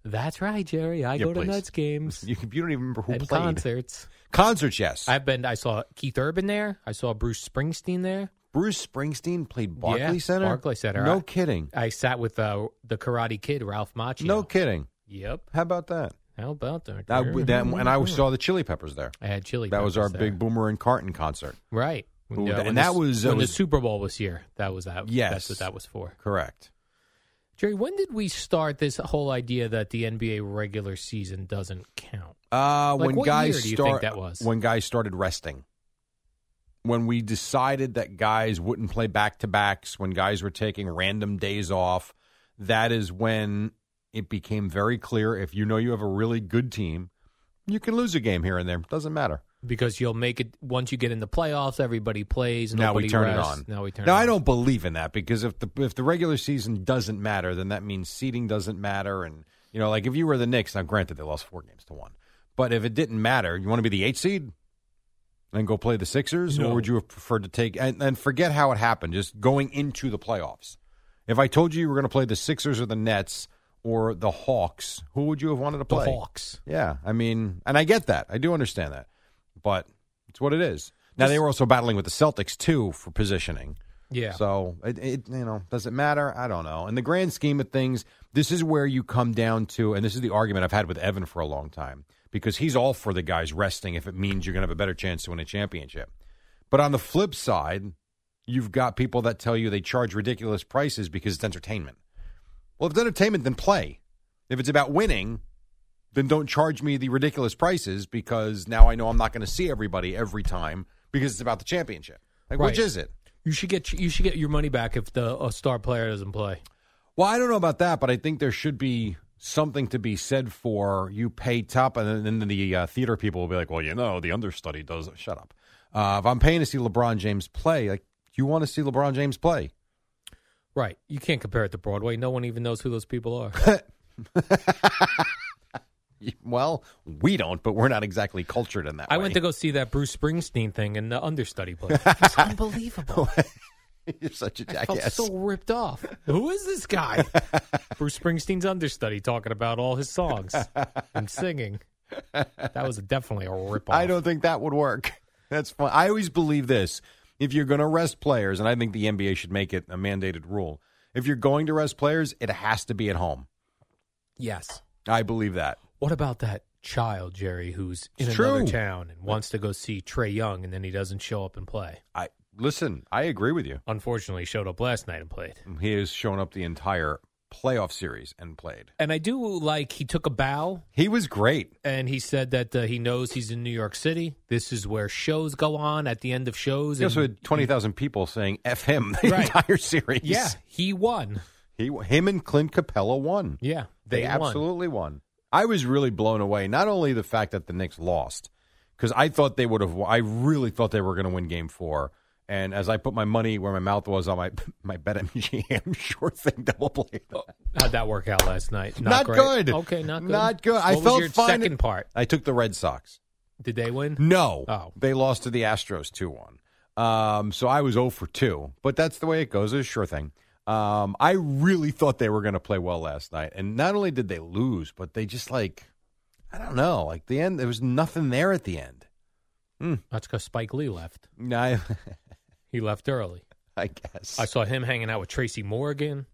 [SPEAKER 4] That's right, Jerry. I
[SPEAKER 3] Yeah,
[SPEAKER 4] go to
[SPEAKER 3] please.
[SPEAKER 4] Nets games
[SPEAKER 3] You, you don't even remember who
[SPEAKER 4] and
[SPEAKER 3] played.
[SPEAKER 4] concerts.
[SPEAKER 3] Concerts, yes.
[SPEAKER 4] I've been. I saw Keith Urban there. I saw Bruce Springsteen there.
[SPEAKER 3] Bruce Springsteen played Barclay
[SPEAKER 4] Yeah,
[SPEAKER 3] Center.
[SPEAKER 4] Barclays Center.
[SPEAKER 3] No
[SPEAKER 4] I-
[SPEAKER 3] kidding.
[SPEAKER 4] I sat with uh, the Karate Kid, Ralph Macchio.
[SPEAKER 3] No kidding.
[SPEAKER 4] Yep.
[SPEAKER 3] How about that?
[SPEAKER 4] How about that?
[SPEAKER 3] That- that- and I saw the Chili Peppers there.
[SPEAKER 4] I had Mm-hmm. chili.
[SPEAKER 3] That was
[SPEAKER 4] peppers
[SPEAKER 3] our
[SPEAKER 4] there.
[SPEAKER 3] big Boomer and Carton concert.
[SPEAKER 4] right.
[SPEAKER 3] Ooh,
[SPEAKER 4] Yeah,
[SPEAKER 3] that-
[SPEAKER 4] when
[SPEAKER 3] and
[SPEAKER 4] the-
[SPEAKER 3] that was- that
[SPEAKER 4] when
[SPEAKER 3] was-
[SPEAKER 4] the Super Bowl was here. That was that.
[SPEAKER 3] Yes.
[SPEAKER 4] that's what that was for.
[SPEAKER 3] Correct.
[SPEAKER 4] Jerry, when did we start this whole idea that the NBA regular season doesn't count?
[SPEAKER 3] Uh,
[SPEAKER 4] Like,
[SPEAKER 3] when
[SPEAKER 4] what
[SPEAKER 3] guys
[SPEAKER 4] year do you
[SPEAKER 3] start,
[SPEAKER 4] think that was?
[SPEAKER 3] when guys started resting, when we decided that guys wouldn't play back to backs, when guys were taking random days off, that is when it became very clear. If you know you have a really good team, you can lose a game here and there. Doesn't matter.
[SPEAKER 4] Because you'll make it once you get in the playoffs. Everybody plays.
[SPEAKER 3] now we
[SPEAKER 4] nobody
[SPEAKER 3] turn
[SPEAKER 4] rests.
[SPEAKER 3] it on.
[SPEAKER 4] Now we turn.
[SPEAKER 3] Now
[SPEAKER 4] it
[SPEAKER 3] I
[SPEAKER 4] on.
[SPEAKER 3] don't believe in that because if the if the regular season doesn't matter, then that means seeding doesn't matter, and you know, like if you were the Knicks, now granted they lost four games to one, but if it didn't matter, you want to be the eight seed and go play the Sixers,
[SPEAKER 4] No.
[SPEAKER 3] or would you have preferred to take and, and forget how it happened, just going into the playoffs? If I told you you were going to play the Sixers or the Nets or the Hawks, who would you have wanted to
[SPEAKER 4] The
[SPEAKER 3] play?
[SPEAKER 4] Hawks.
[SPEAKER 3] Yeah, I mean, and I get that. I do understand that, but it's what it is. Now they were also battling with the Celtics too for positioning.
[SPEAKER 4] Yeah.
[SPEAKER 3] So it, it you know does it matter? I don't know. In the grand scheme of things, this is where you come down to, and this is the argument I've had with Evan for a long time because he's all for the guys resting if it means you're going to have a better chance to win a championship. But on the flip side, you've got people that tell you they charge ridiculous prices because it's entertainment. Well, if it's entertainment, then play. If it's about winning, then don't charge me the ridiculous prices because now I know I'm not going to see everybody every time because it's about the championship. Like, which
[SPEAKER 4] Right.
[SPEAKER 3] is it?
[SPEAKER 4] you should get you should get your money back if the a star player doesn't play.
[SPEAKER 3] Well, I don't know about that, but I think there should be something to be said for you pay top, and then, then the uh, theater people will be like, "Well, you know, the understudy does." Shut up. Uh, if I'm paying to see LeBron James play, like you want to see LeBron James play,
[SPEAKER 4] Right. You can't compare it to Broadway. No one even knows who those people are.
[SPEAKER 3] well, we don't, but we're not exactly cultured in that.
[SPEAKER 4] I
[SPEAKER 3] way.
[SPEAKER 4] went to go see that Bruce Springsteen thing, and the understudy played. It's unbelievable.
[SPEAKER 3] You're such a
[SPEAKER 4] I felt
[SPEAKER 3] jackass.
[SPEAKER 4] so ripped off. Who is this guy? Bruce Springsteen's understudy talking about all his songs and singing. That was definitely a rip off.
[SPEAKER 3] I don't think that would work. That's fun. I always believe this. If you're going to rest players, and I think the NBA should make it a mandated rule, if you're going to rest players, it has to be at home.
[SPEAKER 4] Yes.
[SPEAKER 3] I believe that.
[SPEAKER 4] What about that child, Jerry, who's in
[SPEAKER 3] It's
[SPEAKER 4] another
[SPEAKER 3] true.
[SPEAKER 4] town and wants to go see Trey Young, and then he doesn't show up and play?
[SPEAKER 3] I listen. I agree with you.
[SPEAKER 4] Unfortunately, he showed up last night and played.
[SPEAKER 3] He has shown up the entire playoff series and played.
[SPEAKER 4] And I do like he took a bow
[SPEAKER 3] He was great.
[SPEAKER 4] and he said that uh, he knows he's in New York City. This is where shows go on at the end of shows.
[SPEAKER 3] He also
[SPEAKER 4] and-
[SPEAKER 3] had twenty thousand people saying "f him" the
[SPEAKER 4] Right.
[SPEAKER 3] entire series.
[SPEAKER 4] yeah, he won.
[SPEAKER 3] he him and Clint Capella won.
[SPEAKER 4] Yeah,
[SPEAKER 3] They,
[SPEAKER 4] they, won.
[SPEAKER 3] absolutely won. I was really blown away. Not only the fact that the Knicks lost, because I thought they would have. I really thought they were going to win Game Four, And as I put my money where my mouth was on my my BetMGM sure thing double play,
[SPEAKER 4] How'd that work out last night?
[SPEAKER 3] Not
[SPEAKER 4] great.
[SPEAKER 3] good.
[SPEAKER 4] Okay, not good.
[SPEAKER 3] Not good.
[SPEAKER 4] What
[SPEAKER 3] I
[SPEAKER 4] was
[SPEAKER 3] felt
[SPEAKER 4] your
[SPEAKER 3] fine-
[SPEAKER 4] second part.
[SPEAKER 3] I took the Red Sox.
[SPEAKER 4] Did they win?
[SPEAKER 3] No,
[SPEAKER 4] Oh.
[SPEAKER 3] they lost to the Astros two one. Um, so I was zero for two, but that's the way it goes. It's a sure thing. Um, I really thought they were going to play well last night, and not only did they lose, but they just like I don't know, like the end. There was nothing there at the end.
[SPEAKER 4] That's because Spike Lee left.
[SPEAKER 3] No, I,
[SPEAKER 4] He left early.
[SPEAKER 3] I guess
[SPEAKER 4] I saw him hanging out with Tracy Morgan.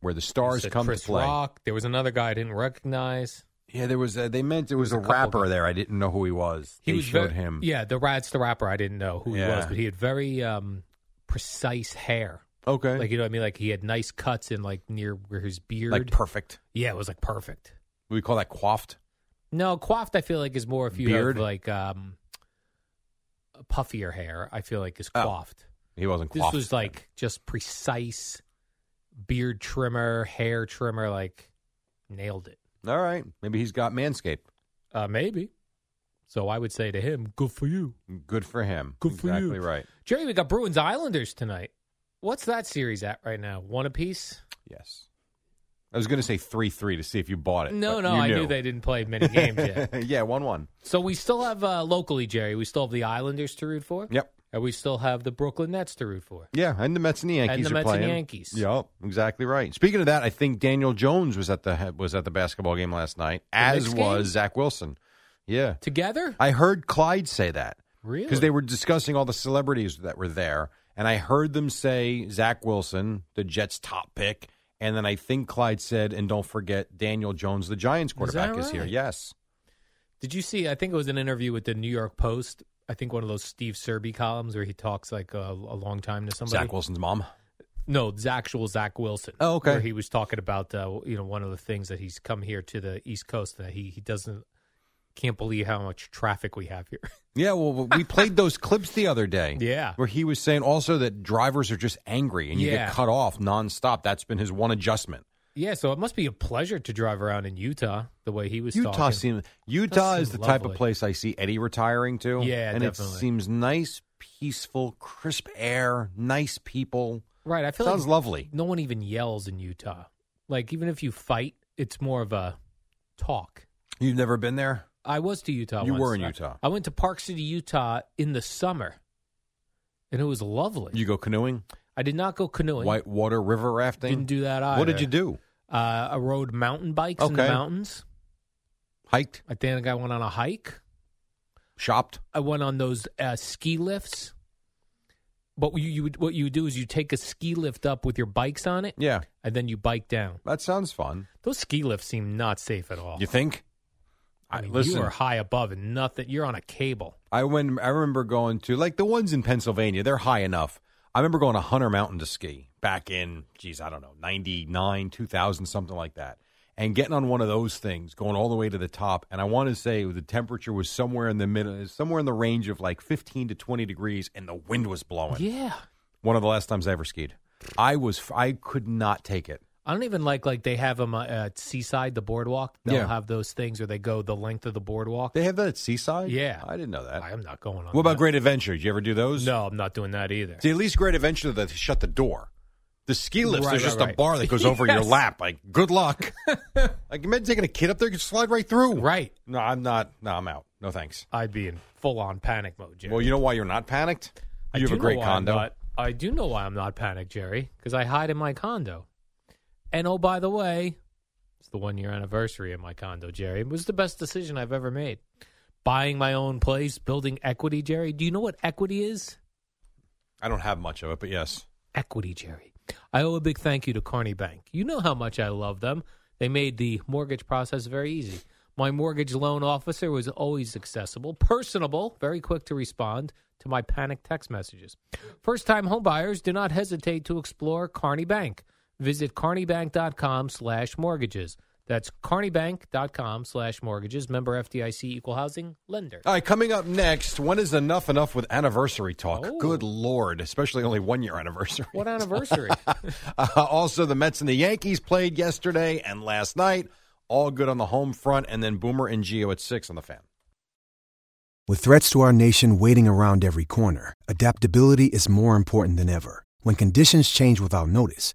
[SPEAKER 3] where the stars
[SPEAKER 4] Said
[SPEAKER 3] come
[SPEAKER 4] Chris
[SPEAKER 3] to play.
[SPEAKER 4] Rock. There was another guy I didn't recognize.
[SPEAKER 3] Yeah, there was. A, they meant it was,
[SPEAKER 4] There
[SPEAKER 3] a,
[SPEAKER 4] was a couple
[SPEAKER 3] rapper there. I didn't know who he was.
[SPEAKER 4] He
[SPEAKER 3] they
[SPEAKER 4] was
[SPEAKER 3] showed
[SPEAKER 4] very-
[SPEAKER 3] him.
[SPEAKER 4] Yeah, the Rats the rapper. I didn't know who he
[SPEAKER 3] Yeah.
[SPEAKER 4] was, but he had very um, precise hair.
[SPEAKER 3] Okay.
[SPEAKER 4] Like you know what I mean? Like he had nice cuts in like near where his beard.
[SPEAKER 3] Like perfect.
[SPEAKER 4] yeah, it was like perfect.
[SPEAKER 3] We call that coiffed.
[SPEAKER 4] No, coiffed. I feel like is more if you
[SPEAKER 3] Beard?
[SPEAKER 4] have like um, puffier hair. I feel like is
[SPEAKER 3] Oh.
[SPEAKER 4] coiffed.
[SPEAKER 3] He wasn't
[SPEAKER 4] This
[SPEAKER 3] coiffed.
[SPEAKER 4] was like just precise beard trimmer, hair trimmer. Like nailed it.
[SPEAKER 3] all right. Maybe he's got manscaped.
[SPEAKER 4] Uh, maybe. So I would say to him, good for you.
[SPEAKER 3] Good for him.
[SPEAKER 4] Good for you.
[SPEAKER 3] exactly right.
[SPEAKER 4] Jerry, we got Bruins Islanders tonight. What's that series at right now? One apiece?
[SPEAKER 3] Yes. I was going to say three three to see if you bought it.
[SPEAKER 4] No,
[SPEAKER 3] but
[SPEAKER 4] no,
[SPEAKER 3] you
[SPEAKER 4] I
[SPEAKER 3] knew.
[SPEAKER 4] knew they didn't play many games yet.
[SPEAKER 3] yeah, one one.
[SPEAKER 4] So we still have uh, locally, Jerry. We still have the Islanders to root for,
[SPEAKER 3] Yep.
[SPEAKER 4] and we still have the Brooklyn Nets to root for.
[SPEAKER 3] Yeah, and the Mets and the Yankees
[SPEAKER 4] the
[SPEAKER 3] are
[SPEAKER 4] Mets and
[SPEAKER 3] playing.
[SPEAKER 4] Yankees.
[SPEAKER 3] Yep, exactly right. Speaking of that, I think Daniel Jones was at the was at the basketball game last night, as
[SPEAKER 4] Knicks
[SPEAKER 3] was
[SPEAKER 4] game?
[SPEAKER 3] Zach Wilson. Yeah,
[SPEAKER 4] Together,
[SPEAKER 3] I heard Clyde say that.
[SPEAKER 4] really?
[SPEAKER 3] because they were discussing all the celebrities that were there, and I heard them say Zach Wilson, the Jets' top pick, and then I think Clyde said, "And don't forget Daniel Jones, the Giants' quarterback, is, here."
[SPEAKER 4] right?
[SPEAKER 3] Yes,
[SPEAKER 4] Did you see? I think it was an interview with the New York Post. I think one of those Steve Serby columns where he talks like a, a long time to somebody.
[SPEAKER 3] Zach Wilson's mom.
[SPEAKER 4] No, it's actual Zach Wilson.
[SPEAKER 3] Oh, okay.
[SPEAKER 4] Where he was talking about uh, you know one of the things that he's come here to the East Coast that he he doesn't can't believe how much traffic we have here.
[SPEAKER 3] Yeah, well, we played those clips the other day.
[SPEAKER 4] Yeah.
[SPEAKER 3] where he was saying also that drivers are just angry and you
[SPEAKER 4] Yeah.
[SPEAKER 3] get cut off nonstop. That's been his one adjustment.
[SPEAKER 4] yeah, so it must be a pleasure to drive around in Utah the way he was.
[SPEAKER 3] Utah
[SPEAKER 4] talking.
[SPEAKER 3] seems Utah
[SPEAKER 4] That
[SPEAKER 3] is the
[SPEAKER 4] seemed
[SPEAKER 3] type of
[SPEAKER 4] lovely.
[SPEAKER 3] place I see Eddie retiring to.
[SPEAKER 4] Yeah,
[SPEAKER 3] and
[SPEAKER 4] definitely.
[SPEAKER 3] it seems nice, peaceful, crisp air, nice people.
[SPEAKER 4] right. I feel
[SPEAKER 3] Sounds
[SPEAKER 4] like
[SPEAKER 3] lovely.
[SPEAKER 4] no one even yells in Utah. Like even if you fight, it's more of a talk.
[SPEAKER 3] You've never been there?
[SPEAKER 4] I was to Utah.
[SPEAKER 3] You
[SPEAKER 4] once.
[SPEAKER 3] were in
[SPEAKER 4] I-
[SPEAKER 3] Utah.
[SPEAKER 4] I went to Park City, Utah, in the summer, and it was lovely.
[SPEAKER 3] You go canoeing,
[SPEAKER 4] I did not go canoeing.
[SPEAKER 3] white water river rafting.
[SPEAKER 4] Didn't do that either.
[SPEAKER 3] What did you do?
[SPEAKER 4] Uh, I rode mountain bikes in the
[SPEAKER 3] Okay.
[SPEAKER 4] mountains.
[SPEAKER 3] Hiked,
[SPEAKER 4] I think I went on a hike.
[SPEAKER 3] shopped.
[SPEAKER 4] I went on those uh, ski lifts. But what you, you would, what you would do is you take a ski lift up with your bikes on it,
[SPEAKER 3] Yeah,
[SPEAKER 4] and then you bike down.
[SPEAKER 3] that sounds fun.
[SPEAKER 4] Those ski lifts seem not safe at all.
[SPEAKER 3] You think?
[SPEAKER 4] I mean,
[SPEAKER 3] listen.
[SPEAKER 4] you are high above and nothing. You're on a cable.
[SPEAKER 3] I went. I remember going to like the ones in Pennsylvania. They're high enough. I remember going to Hunter Mountain to ski back in, geez, I don't know, ninety nine, two thousand, something like that, and getting on one of those things, going all the way to the top. And I want to say the temperature was somewhere in the middle, somewhere in the range of like fifteen to twenty degrees, and the wind was blowing.
[SPEAKER 4] Yeah,
[SPEAKER 3] One of the last times I ever skied, I was I could not take it.
[SPEAKER 4] I don't even like like they have them uh, at Seaside, the boardwalk. They'll
[SPEAKER 3] Yeah.
[SPEAKER 4] have those things where they go the length of the boardwalk.
[SPEAKER 3] They have that at Seaside?
[SPEAKER 4] Yeah.
[SPEAKER 3] I didn't know that.
[SPEAKER 4] I am not going on.
[SPEAKER 3] what about
[SPEAKER 4] that.
[SPEAKER 3] Great Adventure? Did you ever do those?
[SPEAKER 4] No, I'm not doing that either.
[SPEAKER 3] See, at least Great Adventure, they shut the door. The ski lifts,
[SPEAKER 4] Right,
[SPEAKER 3] there's
[SPEAKER 4] right,
[SPEAKER 3] just a
[SPEAKER 4] right.
[SPEAKER 3] bar that goes over your
[SPEAKER 4] Yes.
[SPEAKER 3] lap. Like, good luck. like, imagine taking a kid up there, you could slide right through.
[SPEAKER 4] Right.
[SPEAKER 3] No, I'm not. No, I'm out. No, thanks.
[SPEAKER 4] I'd be in full on panic mode, Jerry.
[SPEAKER 3] Well, you know why you're not panicked?
[SPEAKER 4] I
[SPEAKER 3] You
[SPEAKER 4] do
[SPEAKER 3] have a
[SPEAKER 4] know
[SPEAKER 3] great
[SPEAKER 4] why I'm
[SPEAKER 3] condo.
[SPEAKER 4] not- I do know why I'm not panicked, Jerry, because I hide in my condo. And oh, by the way, it's the one year anniversary of my condo, Jerry. It was the best decision I've ever made. Buying my own place, building equity, Jerry. Do you know what equity is?
[SPEAKER 3] I don't have much of it, but yes.
[SPEAKER 4] Equity, Jerry. I owe a big thank you to Carney Bank. You know how much I love them. They made the mortgage process very easy. My mortgage loan officer was always accessible, personable, very quick to respond to my panic text messages. First-time homebuyers do not hesitate to explore Carney Bank. Visit carneybank.com slash mortgages. That's carneybank.com slash mortgages. Member FDIC equal housing lender.
[SPEAKER 3] All right, coming up next, when is enough enough with anniversary talk?
[SPEAKER 4] Oh.
[SPEAKER 3] Good Lord, especially only one year anniversary.
[SPEAKER 4] What anniversary?
[SPEAKER 3] Uh, also, the Mets and the Yankees played yesterday and last night. All good on the home front, and then Boomer and Geo at six on the fan.
[SPEAKER 8] With threats to our nation waiting around every corner, adaptability is more important than ever. When conditions change without notice,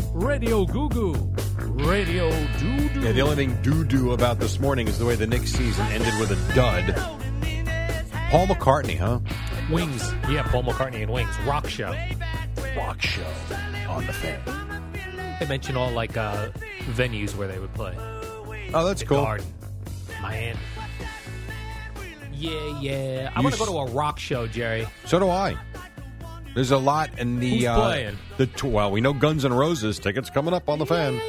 [SPEAKER 6] Radio Goo Goo, Radio Doo Doo.
[SPEAKER 3] Yeah, the only thing doo doo about this morning is the way the Knicks season ended with a dud. Paul McCartney, huh?
[SPEAKER 4] Wings. Yeah, Paul McCartney and Wings. Rock show.
[SPEAKER 3] Rock show on the fan.
[SPEAKER 4] They mentioned all like uh, venues where they would play.
[SPEAKER 3] Oh, that's
[SPEAKER 4] the
[SPEAKER 3] cool.
[SPEAKER 4] Garden, Miami. Yeah, yeah. I
[SPEAKER 3] You
[SPEAKER 4] want to go
[SPEAKER 3] s-
[SPEAKER 4] to a rock show, Jerry.
[SPEAKER 3] So do I. There's a lot in the
[SPEAKER 4] Who's
[SPEAKER 3] uh,
[SPEAKER 4] playing?
[SPEAKER 3] the t- well, we know Guns N' Roses tickets coming up on the fan.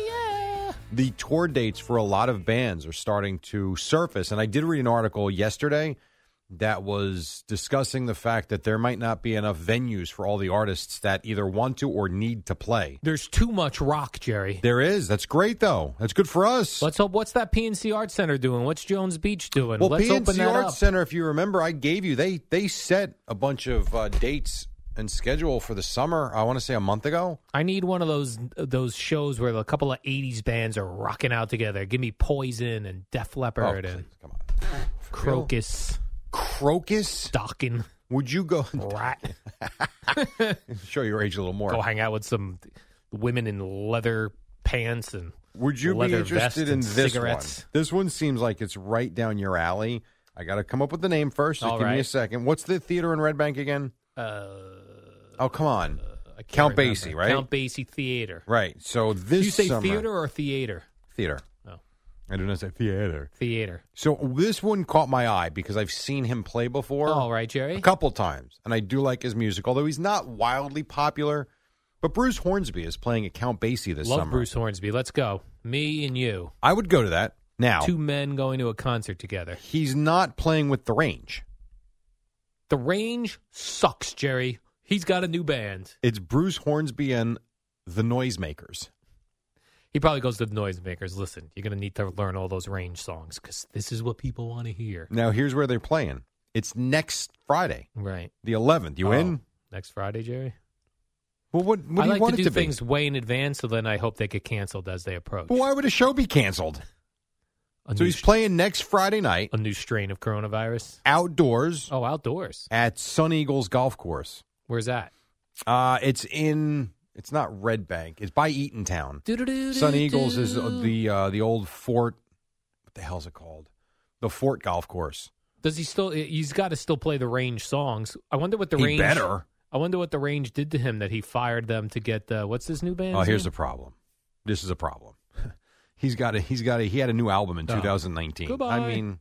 [SPEAKER 3] The tour dates for a lot of bands are starting to surface, and I did read an article yesterday that was discussing the fact that there might not be enough venues for all the artists that either want to or need to play.
[SPEAKER 4] There's too much rock, Jerry.
[SPEAKER 3] There is. That's great, though. That's good for us.
[SPEAKER 4] Let's hope. What's that PNC Art Center doing? What's Jones Beach doing?
[SPEAKER 3] Well,
[SPEAKER 4] Let's
[SPEAKER 3] PNC
[SPEAKER 4] open that
[SPEAKER 3] Arts
[SPEAKER 4] up.
[SPEAKER 3] Center, if you remember, I gave you they they set a bunch of uh, dates and schedule for the summer. I want to say a month ago.
[SPEAKER 4] I need one of those those shows where a couple of '80s bands are rocking out together. Give me Poison and Def Leppard
[SPEAKER 3] Oh,
[SPEAKER 4] and
[SPEAKER 3] please, come on.
[SPEAKER 4] Crocus,
[SPEAKER 3] Crocus,
[SPEAKER 4] Dockin,
[SPEAKER 3] would you go
[SPEAKER 4] Rat.
[SPEAKER 3] show your age a little more?
[SPEAKER 4] Go hang out with some women in leather pants and
[SPEAKER 3] Would you be
[SPEAKER 4] leather vests
[SPEAKER 3] interested in
[SPEAKER 4] and
[SPEAKER 3] this
[SPEAKER 4] cigarettes.
[SPEAKER 3] one? This one seems like it's right down your alley. I got to come up with the name first. Just
[SPEAKER 4] All
[SPEAKER 3] give me a
[SPEAKER 4] right.
[SPEAKER 3] second. What's the theater in Red Bank again?
[SPEAKER 4] Uh,
[SPEAKER 3] Oh, come on.
[SPEAKER 4] I can't
[SPEAKER 3] Count
[SPEAKER 4] remember.
[SPEAKER 3] Basie, right?
[SPEAKER 4] Count Basie Theater.
[SPEAKER 3] Right. So
[SPEAKER 4] Do
[SPEAKER 3] this
[SPEAKER 4] you say
[SPEAKER 3] summer-
[SPEAKER 4] theater Oh. or theater?
[SPEAKER 3] theater.
[SPEAKER 4] No.
[SPEAKER 3] I do not say theater.
[SPEAKER 4] Theater.
[SPEAKER 3] So this one caught my eye because I've seen him play before
[SPEAKER 4] All right, Jerry.
[SPEAKER 3] a couple times, and I do like his music, although he's not wildly popular. But Bruce Hornsby is playing at Count Basie this
[SPEAKER 4] Love
[SPEAKER 3] summer.
[SPEAKER 4] Bruce Hornsby. Let's go. Me and you.
[SPEAKER 3] I would go to that now.
[SPEAKER 4] Two men going to a concert together.
[SPEAKER 3] He's not playing with the range.
[SPEAKER 4] The range sucks, Jerry. He's got a new band.
[SPEAKER 3] It's Bruce Hornsby and the Noisemakers.
[SPEAKER 4] He probably goes to the Noisemakers. Listen, you're going to need to learn all those range songs because this is what people want to hear.
[SPEAKER 3] Now here's where they're playing. It's next Friday,
[SPEAKER 4] Right.
[SPEAKER 3] the 11th. You
[SPEAKER 4] Oh,
[SPEAKER 3] in?
[SPEAKER 4] Next Friday, Jerry?
[SPEAKER 3] Well, what, what
[SPEAKER 4] I
[SPEAKER 3] do
[SPEAKER 4] like
[SPEAKER 3] you want
[SPEAKER 4] to do
[SPEAKER 3] it to
[SPEAKER 4] things
[SPEAKER 3] be?
[SPEAKER 4] way in advance, so then I hope they get canceled as they approach.
[SPEAKER 3] But why would a show be canceled?
[SPEAKER 4] A
[SPEAKER 3] So
[SPEAKER 4] new
[SPEAKER 3] he's
[SPEAKER 4] sh-
[SPEAKER 3] playing next Friday night
[SPEAKER 4] a new strain of coronavirus.
[SPEAKER 3] outdoors
[SPEAKER 4] Oh, outdoors.
[SPEAKER 3] at Sun Eagles Golf Course.
[SPEAKER 4] Where's that?
[SPEAKER 3] Uh, it's in. It's not Red Bank. It's by Eatontown. Sun Eagles is uh, the uh, the old fort. What the hell's it called? The Fort Golf Course.
[SPEAKER 4] Does he still? He's got to still play the range songs. I wonder what the
[SPEAKER 3] He
[SPEAKER 4] range.
[SPEAKER 3] better.
[SPEAKER 4] I wonder what the range did to him that he fired them to get uh, what's this new band?
[SPEAKER 3] Oh, here's the problem. This is a problem. he's got a. He's got a. He had a new album in
[SPEAKER 4] Oh.
[SPEAKER 3] 2019. I
[SPEAKER 4] Goodbye.
[SPEAKER 3] mean,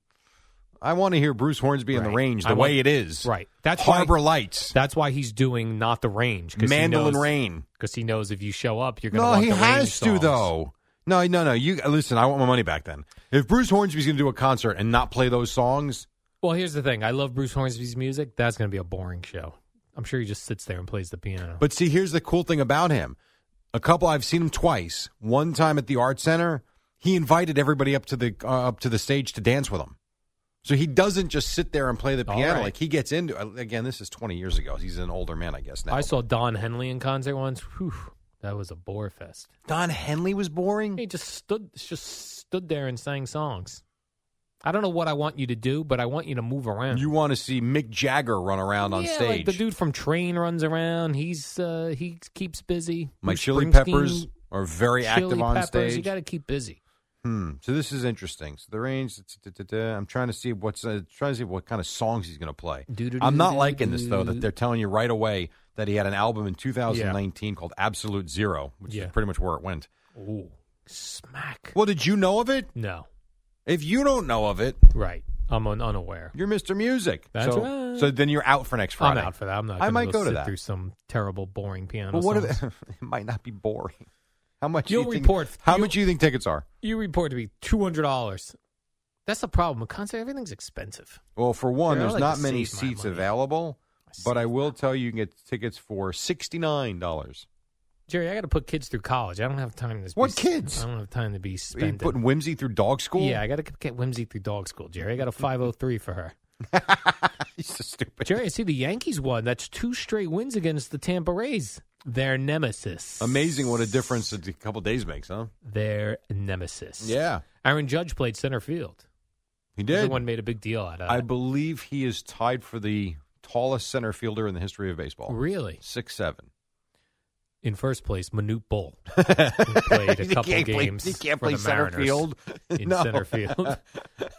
[SPEAKER 3] I want to hear Bruce Hornsby in the
[SPEAKER 4] Right.
[SPEAKER 3] range the
[SPEAKER 4] I
[SPEAKER 3] way
[SPEAKER 4] want-
[SPEAKER 3] it is.
[SPEAKER 4] right. That's
[SPEAKER 3] Harbor
[SPEAKER 4] Why,
[SPEAKER 3] Lights,
[SPEAKER 4] that's why he's doing not the range.
[SPEAKER 3] Mandolin Rain.
[SPEAKER 4] Because he knows if you show up, you're going to.
[SPEAKER 3] No,
[SPEAKER 4] want
[SPEAKER 3] he
[SPEAKER 4] the range
[SPEAKER 3] has to
[SPEAKER 4] songs.
[SPEAKER 3] though. No, no, no. You listen. I want my money back. Then, if Bruce Hornsby's going to do a concert and not play those songs,
[SPEAKER 4] Well, here's the thing. I love Bruce Hornsby's music. That's going to be a boring show. I'm sure he just sits there and plays the piano.
[SPEAKER 3] But see, here's the cool thing about him. A couple I've seen him twice. One time at the art center, he invited everybody up to the uh, up to the stage to dance with him. So he doesn't just sit there and play the
[SPEAKER 4] All
[SPEAKER 3] piano
[SPEAKER 4] right.
[SPEAKER 3] like he gets into. uh, Again, this is 20 years ago. He's an older man, I guess now.
[SPEAKER 4] I saw Don Henley in concert once. Whew, that was a bore fest.
[SPEAKER 3] Don Henley was boring.
[SPEAKER 4] He just stood just stood there and sang songs. I don't know what I want you to do, but I want you to move around.
[SPEAKER 3] You want to see Mick Jagger run around on
[SPEAKER 4] yeah,
[SPEAKER 3] stage?
[SPEAKER 4] Like the dude from Train runs around. He's uh, he keeps busy.
[SPEAKER 3] My
[SPEAKER 4] Bruce
[SPEAKER 3] Chili
[SPEAKER 4] Springsteen,
[SPEAKER 3] Peppers are very
[SPEAKER 4] Chili
[SPEAKER 3] active on
[SPEAKER 4] Peppers, You
[SPEAKER 3] stage.
[SPEAKER 4] got to keep busy.
[SPEAKER 3] Hmm. So this is interesting. So the range. da-da-da-da. I'm trying to see what's uh, trying to see what kind of songs he's going to play.
[SPEAKER 4] Do-do-do-do-do-do.
[SPEAKER 3] I'm not liking this though. That they're telling you right away that he had an album in 2019 called Absolute Zero, which
[SPEAKER 4] Yeah.
[SPEAKER 3] is pretty much where it went.
[SPEAKER 4] Ooh, smack.
[SPEAKER 3] Well, did you know of it?
[SPEAKER 4] No,
[SPEAKER 3] If you don't know of it,
[SPEAKER 4] right. I'm un- unaware.
[SPEAKER 3] you're Mr. Music.
[SPEAKER 4] That's
[SPEAKER 3] so,
[SPEAKER 4] right.
[SPEAKER 3] So then you're out for next
[SPEAKER 4] I'm
[SPEAKER 3] Friday.
[SPEAKER 4] out for that. I'm not.
[SPEAKER 3] I
[SPEAKER 4] gonna
[SPEAKER 3] might go to
[SPEAKER 4] sit
[SPEAKER 3] that.
[SPEAKER 4] through some terrible, boring piano.
[SPEAKER 3] Well, what
[SPEAKER 4] songs.
[SPEAKER 3] if it might not be boring? How much? do
[SPEAKER 4] You'll
[SPEAKER 3] you think,
[SPEAKER 4] report-
[SPEAKER 3] How
[SPEAKER 4] you'll-
[SPEAKER 3] much do you think tickets are?
[SPEAKER 4] you report to me two hundred dollars? That's the problem. A concert, everything's expensive.
[SPEAKER 3] Well, for one,
[SPEAKER 4] Sure, I
[SPEAKER 3] there's
[SPEAKER 4] like
[SPEAKER 3] not
[SPEAKER 4] to
[SPEAKER 3] many
[SPEAKER 4] save my
[SPEAKER 3] seats
[SPEAKER 4] money.
[SPEAKER 3] available. But I will tell you, you can get tickets for sixty nine dollars.
[SPEAKER 4] Jerry, I got to put kids through college. I don't have time to.
[SPEAKER 3] What
[SPEAKER 4] be,
[SPEAKER 3] kids?
[SPEAKER 4] I don't have time to be
[SPEAKER 3] Are you
[SPEAKER 4] spending.
[SPEAKER 3] putting whimsy through dog school?
[SPEAKER 4] Yeah, I got to get Whimsy through dog school, Jerry. I got a 503 for her.
[SPEAKER 3] He's so stupid.
[SPEAKER 4] Jerry, I see the Yankees won. That's two straight wins against the Tampa Rays. Their nemesis.
[SPEAKER 3] Amazing what a difference a couple days makes, huh?
[SPEAKER 4] Their nemesis.
[SPEAKER 3] Yeah,
[SPEAKER 4] Aaron Judge played center field.
[SPEAKER 3] he did.
[SPEAKER 4] Everyone made a big deal out of
[SPEAKER 3] I
[SPEAKER 4] it.
[SPEAKER 3] believe he is tied for the tallest center fielder in the history of baseball.
[SPEAKER 4] Really?
[SPEAKER 3] Six seven.
[SPEAKER 4] In first place, Manute Bull. who played a couple
[SPEAKER 3] can't play-
[SPEAKER 4] games.
[SPEAKER 3] he can't
[SPEAKER 4] for
[SPEAKER 3] play
[SPEAKER 4] the
[SPEAKER 3] center
[SPEAKER 4] Mariners
[SPEAKER 3] field.
[SPEAKER 4] In
[SPEAKER 3] No.
[SPEAKER 4] center field.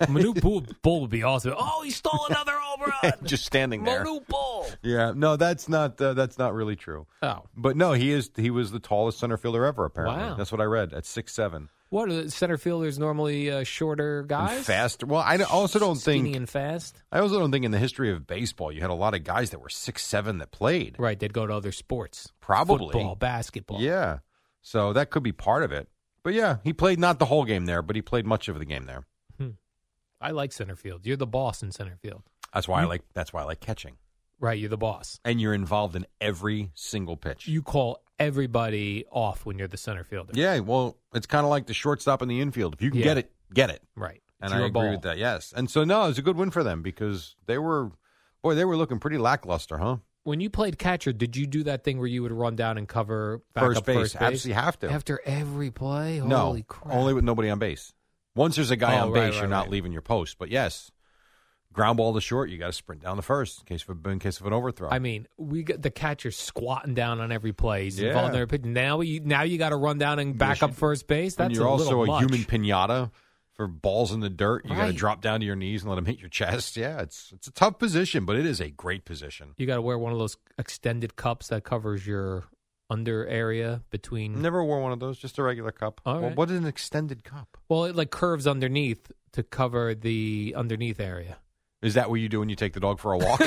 [SPEAKER 4] Manute Bull, Bull would be awesome. Oh, he stole another home run.
[SPEAKER 3] Just standing there.
[SPEAKER 4] Manute Bull.
[SPEAKER 3] Yeah, no, that's not uh, that's not really true.
[SPEAKER 4] Oh.
[SPEAKER 3] But no, he is he was the tallest center fielder ever. Apparently,
[SPEAKER 4] Wow.
[SPEAKER 3] that's what I read at six seven.
[SPEAKER 4] What are the center fielders normally uh, shorter guys?
[SPEAKER 3] Faster. Well, I don't- also don't
[SPEAKER 4] Skinny
[SPEAKER 3] think
[SPEAKER 4] and fast.
[SPEAKER 3] I also don't think in the history of baseball you had a lot of guys that were six seven that played.
[SPEAKER 4] Right, they'd go to other sports.
[SPEAKER 3] Probably.
[SPEAKER 4] Football, basketball.
[SPEAKER 3] Yeah, so that could be part of it. But yeah, he played not the whole game there, but he played much of the game there.
[SPEAKER 4] I like center field. You're the boss in center field.
[SPEAKER 3] That's why I like that's why I like catching.
[SPEAKER 4] Right, you're the boss.
[SPEAKER 3] And you're involved in every single pitch.
[SPEAKER 4] You call everybody off when you're the center fielder.
[SPEAKER 3] yeah, well, it's kind of like the shortstop in the infield. If you can
[SPEAKER 4] Yeah.
[SPEAKER 3] get it, get it.
[SPEAKER 4] Right.
[SPEAKER 3] And
[SPEAKER 4] It's your
[SPEAKER 3] I agree
[SPEAKER 4] ball.
[SPEAKER 3] with that. Yes. And so no, it was a good win for them because they were boy, they were looking pretty lackluster, huh?
[SPEAKER 4] When you played catcher, did you do that thing where you would run down and cover back
[SPEAKER 3] First
[SPEAKER 4] up
[SPEAKER 3] base.
[SPEAKER 4] first base?
[SPEAKER 3] Absolutely have to.
[SPEAKER 4] After every play?
[SPEAKER 3] no.
[SPEAKER 4] Holy crap.
[SPEAKER 3] Only with nobody on base. Once there's a guy
[SPEAKER 4] Oh,
[SPEAKER 3] on
[SPEAKER 4] right,
[SPEAKER 3] base,
[SPEAKER 4] right,
[SPEAKER 3] you're not
[SPEAKER 4] right.
[SPEAKER 3] leaving your post. But yes, ground ball to short, you got to sprint down the first in case of a, in case of an overthrow.
[SPEAKER 4] I mean, we got the catcher squatting down on every play. He's
[SPEAKER 3] Yeah.
[SPEAKER 4] involved in every pitch. Now you now you got to run down and back up first base.
[SPEAKER 3] And
[SPEAKER 4] That's
[SPEAKER 3] you're
[SPEAKER 4] a
[SPEAKER 3] also
[SPEAKER 4] little
[SPEAKER 3] a
[SPEAKER 4] much.
[SPEAKER 3] human pinata for balls in the dirt. You got to
[SPEAKER 4] Right.
[SPEAKER 3] drop down to your knees and let them hit your chest. Yeah, it's it's a tough position, but it is a great position.
[SPEAKER 4] You got to wear one of those extended cups that covers your under area between.
[SPEAKER 3] Never wore one of those, just a regular
[SPEAKER 4] Mm.
[SPEAKER 3] cup.
[SPEAKER 4] All
[SPEAKER 3] Well,
[SPEAKER 4] right.
[SPEAKER 3] What is an extended cup?
[SPEAKER 4] Well, it like curves underneath to cover the underneath area.
[SPEAKER 3] Is that what you do when you take the dog for a walk?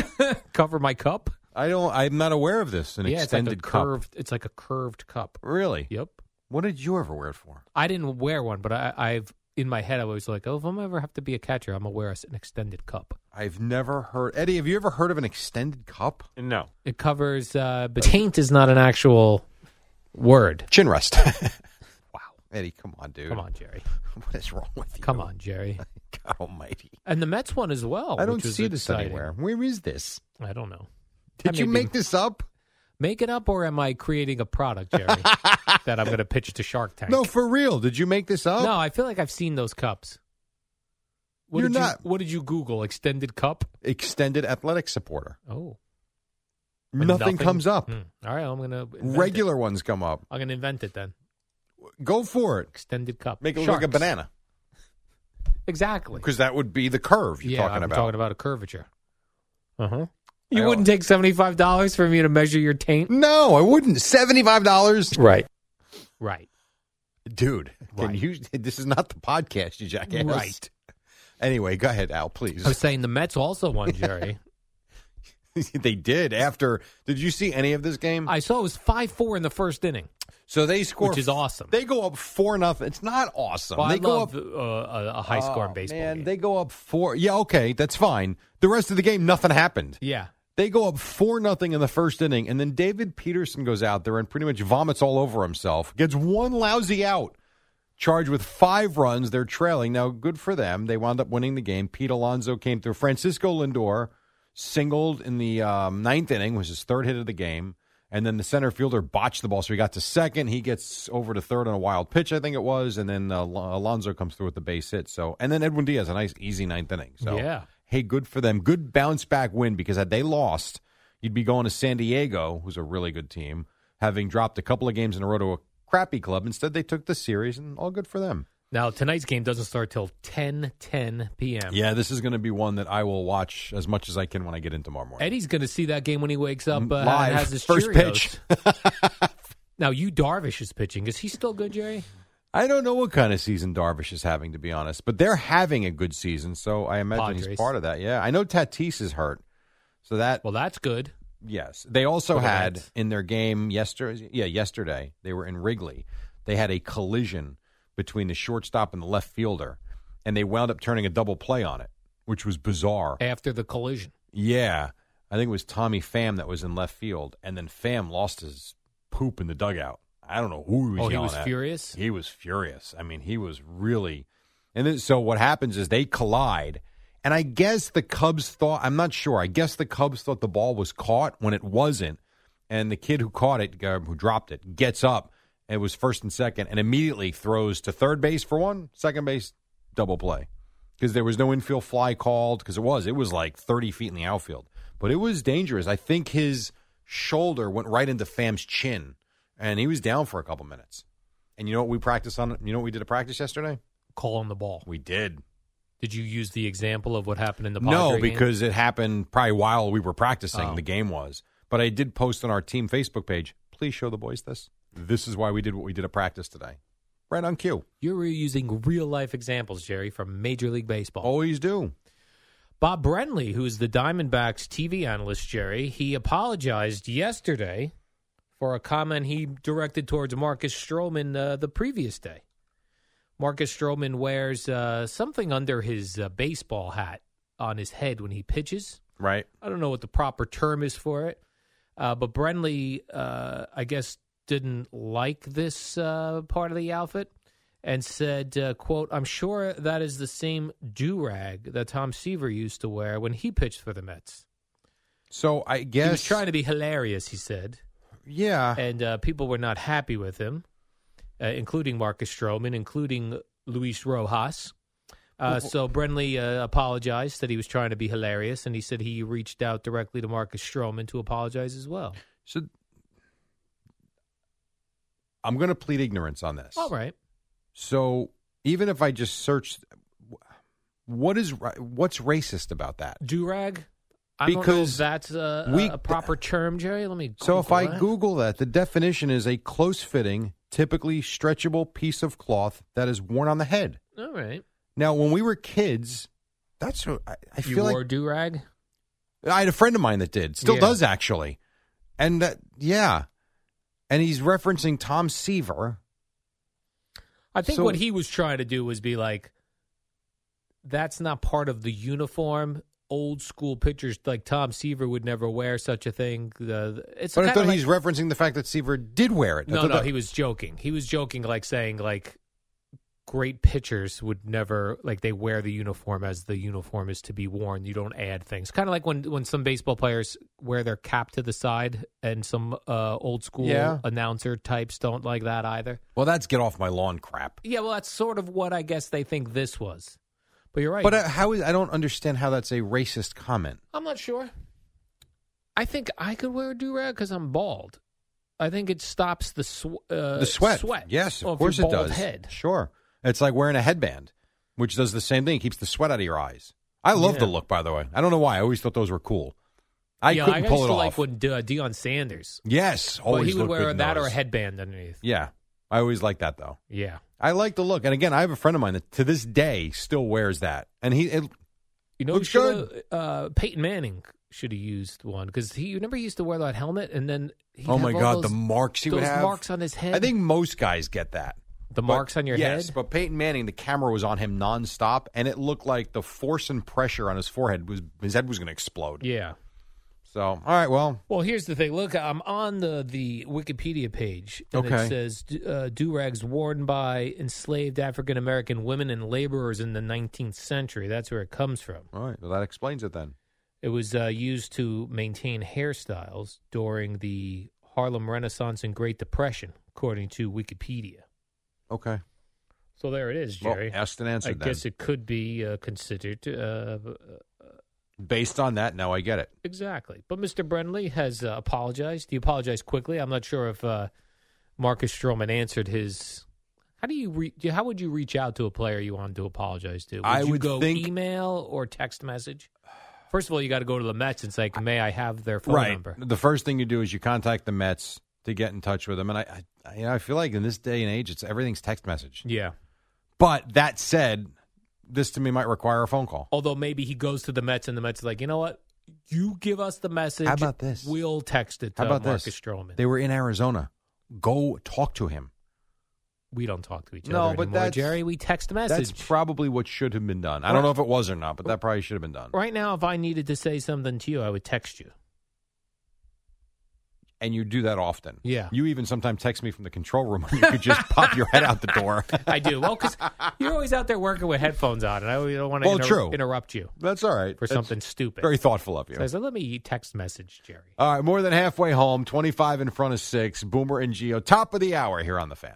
[SPEAKER 4] cover my cup.
[SPEAKER 3] I don't. I'm not aware of this. An
[SPEAKER 4] yeah,
[SPEAKER 3] extended
[SPEAKER 4] it's like a
[SPEAKER 3] cup.
[SPEAKER 4] curved. It's like a curved cup.
[SPEAKER 3] Really?
[SPEAKER 4] Yep.
[SPEAKER 3] What did you ever wear it for?
[SPEAKER 4] I didn't wear one, but I, I've in my head I was like, oh, if I'm ever have to be a catcher, I'm gonna wear an extended cup.
[SPEAKER 3] I've never heard. Eddie, have you ever heard of an extended cup? No.
[SPEAKER 4] It covers. Uh, but taint is not an actual word.
[SPEAKER 3] Chin rest.
[SPEAKER 4] Wow.
[SPEAKER 3] Eddie, come on, dude.
[SPEAKER 4] Come on, Jerry.
[SPEAKER 3] What is wrong with you?
[SPEAKER 4] Come on, Jerry.
[SPEAKER 3] God Almighty.
[SPEAKER 4] And the Mets one as well.
[SPEAKER 3] I don't
[SPEAKER 4] which was
[SPEAKER 3] see this
[SPEAKER 4] exciting.
[SPEAKER 3] anywhere. Where is this?
[SPEAKER 4] I don't know. I
[SPEAKER 3] Did you
[SPEAKER 4] may
[SPEAKER 3] make
[SPEAKER 4] be-
[SPEAKER 3] this up?
[SPEAKER 4] Make it up, or am I creating a product, Jerry, that I'm going to pitch to Shark Tank?
[SPEAKER 3] No, for real. Did you make this up?
[SPEAKER 4] no. I feel like I've seen those cups. What
[SPEAKER 3] You're
[SPEAKER 4] did
[SPEAKER 3] not-
[SPEAKER 4] You, what did you Google? Extended cup.
[SPEAKER 3] Extended athletic supporter.
[SPEAKER 4] Oh,
[SPEAKER 3] Nothing, comes up.
[SPEAKER 4] Hmm. All right, I'm going to
[SPEAKER 3] Regular ones come up.
[SPEAKER 4] I'm going to invent it then.
[SPEAKER 3] Go for it.
[SPEAKER 4] Extended cup.
[SPEAKER 3] Make it look like a
[SPEAKER 4] Sharks.
[SPEAKER 3] banana.
[SPEAKER 4] Exactly.
[SPEAKER 3] Because that would be the curve you're
[SPEAKER 4] yeah,
[SPEAKER 3] talking
[SPEAKER 4] I'm
[SPEAKER 3] about. Uh-huh.
[SPEAKER 4] talking about a curvature. Uh huh.
[SPEAKER 3] I
[SPEAKER 4] You
[SPEAKER 3] don't-
[SPEAKER 4] wouldn't take seventy five dollars for me to measure your taint,
[SPEAKER 3] No, I wouldn't. Seventy-five dollars,
[SPEAKER 4] right? Right.
[SPEAKER 3] dude. Can
[SPEAKER 4] Right.
[SPEAKER 3] you? This is not the podcast, you jackass.
[SPEAKER 4] Right.
[SPEAKER 3] Anyway, go ahead, Al. Please.
[SPEAKER 4] I was saying the Mets also won, Jerry.
[SPEAKER 3] they did after. Did you see any of this game?
[SPEAKER 4] I saw it was five four in the first inning.
[SPEAKER 3] so they score,
[SPEAKER 4] Which is awesome.
[SPEAKER 3] They go up four nothing. It's not awesome.
[SPEAKER 4] Well,
[SPEAKER 3] Um, they
[SPEAKER 4] I
[SPEAKER 3] go
[SPEAKER 4] love
[SPEAKER 3] up. Oh,
[SPEAKER 4] uh, a, a high score in baseball.
[SPEAKER 3] Man,
[SPEAKER 4] game.
[SPEAKER 3] they go up four. Yeah, okay, that's fine. The rest of the game, nothing happened.
[SPEAKER 4] yeah,
[SPEAKER 3] They go up four nothing in the first inning, and then David Peterson goes out there and pretty much vomits all over himself. Gets one lousy out, charged with five runs. They're trailing now. Good for them. They wound up winning the game. Pete Alonso came through. Francisco Lindor singled in the um, ninth inning, was his third hit of the game, and then the center fielder botched the ball, so he got to second. He gets over to third on a wild pitch, I think it was, and then uh, Al- Alonso comes through with the base hit. So, and then Edwin Diaz, a nice easy ninth inning. So
[SPEAKER 4] Yeah.
[SPEAKER 3] hey, good for them. Good bounce back win because had they lost, you'd be going to San Diego, who's a really good team, having dropped a couple of games in a row to a crappy club. Instead, they took the series, and all good for them.
[SPEAKER 4] Now tonight's game doesn't start till 10, 10 p.m.
[SPEAKER 3] Yeah, this is going to be one that I will watch as much as I can when I get in tomorrow morning.
[SPEAKER 4] Eddie's going to see that game when he wakes up. Uh,
[SPEAKER 3] Live.
[SPEAKER 4] and has his
[SPEAKER 3] First
[SPEAKER 4] Cheerios. now you Darvish is pitching. Is he still good, Jerry?
[SPEAKER 3] I don't know what kind of season Darvish is having, to be honest, but they're having a good season, so I imagine he's
[SPEAKER 4] Padres.
[SPEAKER 3] part of that. Yeah, I know Tatis is hurt, so that
[SPEAKER 4] Well, that's good.
[SPEAKER 3] Yes. They also
[SPEAKER 4] For the
[SPEAKER 3] had
[SPEAKER 4] Reds.
[SPEAKER 3] in their game yesterday, yeah, yesterday, they were in Wrigley. They had a collision between the shortstop and the left fielder, and they wound up turning a double play on it, which was bizarre.
[SPEAKER 4] After the collision,
[SPEAKER 3] Yeah. I think it was Tommy Pham that was in left field, and then Pham lost his poop in the dugout. I don't know who he was.
[SPEAKER 4] Oh, he
[SPEAKER 3] yelling
[SPEAKER 4] was
[SPEAKER 3] at.
[SPEAKER 4] furious?
[SPEAKER 3] He was furious. I mean, he was really. And then so what happens is they collide, and I guess the Cubs thought. I'm not sure. I guess the Cubs thought the ball was caught when it wasn't, and the kid who caught it, uh, who dropped it, gets up. and It was first and second, and immediately throws to third base for one, second base, double play because there was no infield fly called because it was it was like 30 feet in the outfield but it was dangerous i think his shoulder went right into fam's chin and he was down for a couple minutes and you know what we practiced on you know what we did a practice yesterday
[SPEAKER 4] call on the ball.
[SPEAKER 3] we did
[SPEAKER 4] Did you use the example of what happened in the Padre
[SPEAKER 3] no
[SPEAKER 4] game?
[SPEAKER 3] because it happened probably while we were practicing
[SPEAKER 4] Oh.
[SPEAKER 3] the game was but i did post on our team facebook page please show the boys this this is why we did what we did at practice today right on cue
[SPEAKER 4] you were using real life examples, Jerry, from Major League Baseball.
[SPEAKER 3] always do
[SPEAKER 4] Bob Brenly, who's the Diamondbacks TV analyst, Jerry, he apologized yesterday for a comment he directed towards Marcus Stroman uh, the previous day. Marcus Stroman wears uh, something under his uh, baseball hat on his head when he pitches.
[SPEAKER 3] right
[SPEAKER 4] I don't know what the proper term is for it, uh, but Brenly, uh, I guess, didn't like this uh, part of the outfit and said, uh, "quote I'm sure that is the same do rag that Tom Seaver used to wear when he pitched for the Mets."
[SPEAKER 3] so i guess
[SPEAKER 4] He was trying to be hilarious, he said,
[SPEAKER 3] yeah
[SPEAKER 4] and uh, people were not happy with him, uh, including Marcus Stroman, including Luis Rojas. Uh, so Brenly uh, apologized that he was trying to be hilarious, and he said he reached out directly to Marcus Stroman to apologize as well.
[SPEAKER 3] So I'm going to plead ignorance on this.
[SPEAKER 4] All right.
[SPEAKER 3] So even if I just searched, what is ri- what's racist about that?
[SPEAKER 4] Durag? I don't know if
[SPEAKER 3] Because
[SPEAKER 4] that's a,
[SPEAKER 3] we-
[SPEAKER 4] a proper term, Jerry. Let me
[SPEAKER 3] So if I
[SPEAKER 4] that.
[SPEAKER 3] Google that, the definition is a close-fitting, typically stretchable piece of cloth that is worn on the head.
[SPEAKER 4] All right.
[SPEAKER 3] Now, when we were kids, that's what I, I
[SPEAKER 4] You
[SPEAKER 3] feel
[SPEAKER 4] wore
[SPEAKER 3] like
[SPEAKER 4] Durag?
[SPEAKER 3] I had a friend of mine that did, still
[SPEAKER 4] Yeah.
[SPEAKER 3] does actually, and that, yeah, and he's referencing Tom Seaver.
[SPEAKER 4] I think
[SPEAKER 3] So-
[SPEAKER 4] what he was trying to do was be like, that's not part of the uniform. Old school pitchers like Tom Seaver would never wear such a thing. The, it's
[SPEAKER 3] But I
[SPEAKER 4] kinda
[SPEAKER 3] thought
[SPEAKER 4] like-
[SPEAKER 3] he's referencing the fact that Seaver did wear it. That's
[SPEAKER 4] no,
[SPEAKER 3] what
[SPEAKER 4] no,
[SPEAKER 3] I-
[SPEAKER 4] he was joking. He was joking, like saying like great pitchers would never like they wear the uniform as the uniform is to be worn. You don't add things. Kind of like when when some baseball players wear their cap to the side, and some uh, old school
[SPEAKER 3] Yeah.
[SPEAKER 4] announcer types don't like that either.
[SPEAKER 3] Well, that's get off my lawn crap.
[SPEAKER 4] Yeah, well, that's sort of what I guess they think this was. But you're right.
[SPEAKER 3] But uh, how is I don't understand how that's a racist comment.
[SPEAKER 4] I'm not sure. I think I could wear a do rag because I'm bald. I think it stops the sw- uh,
[SPEAKER 3] the sweat,
[SPEAKER 4] Sweat.
[SPEAKER 3] yes, of
[SPEAKER 4] off your
[SPEAKER 3] course it
[SPEAKER 4] bald
[SPEAKER 3] does.
[SPEAKER 4] Head.
[SPEAKER 3] Sure, it's like wearing a headband, which does the same thing. It keeps the sweat out of your eyes. I love the
[SPEAKER 4] Yeah.
[SPEAKER 3] look, by the way. I don't know why. I always thought those were cool. I
[SPEAKER 4] yeah,
[SPEAKER 3] couldn't
[SPEAKER 4] I
[SPEAKER 3] pull
[SPEAKER 4] used
[SPEAKER 3] it
[SPEAKER 4] to like
[SPEAKER 3] off.
[SPEAKER 4] when De- Deion Sanders.
[SPEAKER 3] yes,
[SPEAKER 4] Well,
[SPEAKER 3] always
[SPEAKER 4] he would
[SPEAKER 3] looked good
[SPEAKER 4] wear
[SPEAKER 3] in
[SPEAKER 4] that or a
[SPEAKER 3] those.
[SPEAKER 4] headband underneath.
[SPEAKER 3] Yeah, I always like that though.
[SPEAKER 4] Yeah.
[SPEAKER 3] I like the look, and again, I have a friend of mine that to this day still wears that, and he it,
[SPEAKER 4] You know,
[SPEAKER 3] Looks
[SPEAKER 4] who shoulda- Uh, Peyton Manning should have used one because he. You remember he used to wear that helmet and then. He'd
[SPEAKER 3] oh my
[SPEAKER 4] have all
[SPEAKER 3] god,
[SPEAKER 4] those-
[SPEAKER 3] the marks he would
[SPEAKER 4] those
[SPEAKER 3] have.
[SPEAKER 4] marks on his head.
[SPEAKER 3] I think most guys get that.
[SPEAKER 4] the
[SPEAKER 3] But-
[SPEAKER 4] marks on your
[SPEAKER 3] yes,
[SPEAKER 4] head.
[SPEAKER 3] but Peyton Manning, the camera was on him nonstop, and it looked like the force and pressure on his forehead was his head was going to explode.
[SPEAKER 4] yeah.
[SPEAKER 3] So, all right, well,
[SPEAKER 4] Well, here's the thing. Look, I'm on the, the Wikipedia page, and
[SPEAKER 3] Okay.
[SPEAKER 4] it says uh, do rags worn by enslaved African American women and laborers in the 19th century. That's where it comes from.
[SPEAKER 3] all right, well that explains it then.
[SPEAKER 4] It was uh, used to maintain hairstyles during the Harlem Renaissance and Great Depression, according to Wikipedia.
[SPEAKER 3] Okay,
[SPEAKER 4] So there it is, Jerry.
[SPEAKER 3] well, asked and answered.
[SPEAKER 4] I
[SPEAKER 3] then.
[SPEAKER 4] guess it could be uh, considered uh,
[SPEAKER 3] based on that, now I get it.
[SPEAKER 4] exactly. But Mr. Brenly has uh, apologized. He apologized quickly. I'm not sure if uh, Marcus Stroman answered his. How do you re- how would you reach out to a player you want to apologize to? Would
[SPEAKER 3] I
[SPEAKER 4] you
[SPEAKER 3] would
[SPEAKER 4] go
[SPEAKER 3] think-
[SPEAKER 4] email or text message. First of all, you got to go to the Mets and say, "May I have their phone number?"
[SPEAKER 3] The first thing you do is you contact the Mets to get in touch with them, and I, I, you know, I feel like in this day and age, it's everything's text message.
[SPEAKER 4] Yeah.
[SPEAKER 3] But that said, this to me might require a phone call.
[SPEAKER 4] Although maybe he goes to the Mets and the Mets are like, you know what? You give us the message.
[SPEAKER 3] How about this?
[SPEAKER 4] We'll text it to
[SPEAKER 3] How about
[SPEAKER 4] Marcus
[SPEAKER 3] this?
[SPEAKER 4] Stroman.
[SPEAKER 3] They were in Arizona. Go talk to him.
[SPEAKER 4] we don't talk to each
[SPEAKER 3] No,
[SPEAKER 4] other
[SPEAKER 3] but
[SPEAKER 4] anymore,
[SPEAKER 3] that's-
[SPEAKER 4] Jerry. We text message.
[SPEAKER 3] That's probably what should have been done. I don't know if it was or not, but that probably should have been done.
[SPEAKER 4] right now, if I needed to say something to you, I would text you.
[SPEAKER 3] and you do that often.
[SPEAKER 4] Yeah.
[SPEAKER 3] You even sometimes text me from the control room when you could just pop your head out the door.
[SPEAKER 4] I do. Well, because you're always out there working with headphones on, and I really don't want to
[SPEAKER 3] Well, true.
[SPEAKER 4] interrupt you
[SPEAKER 3] That's all right.
[SPEAKER 4] for
[SPEAKER 3] That's
[SPEAKER 4] something stupid.
[SPEAKER 3] Very thoughtful of you.
[SPEAKER 4] So I said, let me text message Jerry.
[SPEAKER 3] All right, more than halfway home, 25 in front of six. Boomer and Geo, top of the hour here on the fan.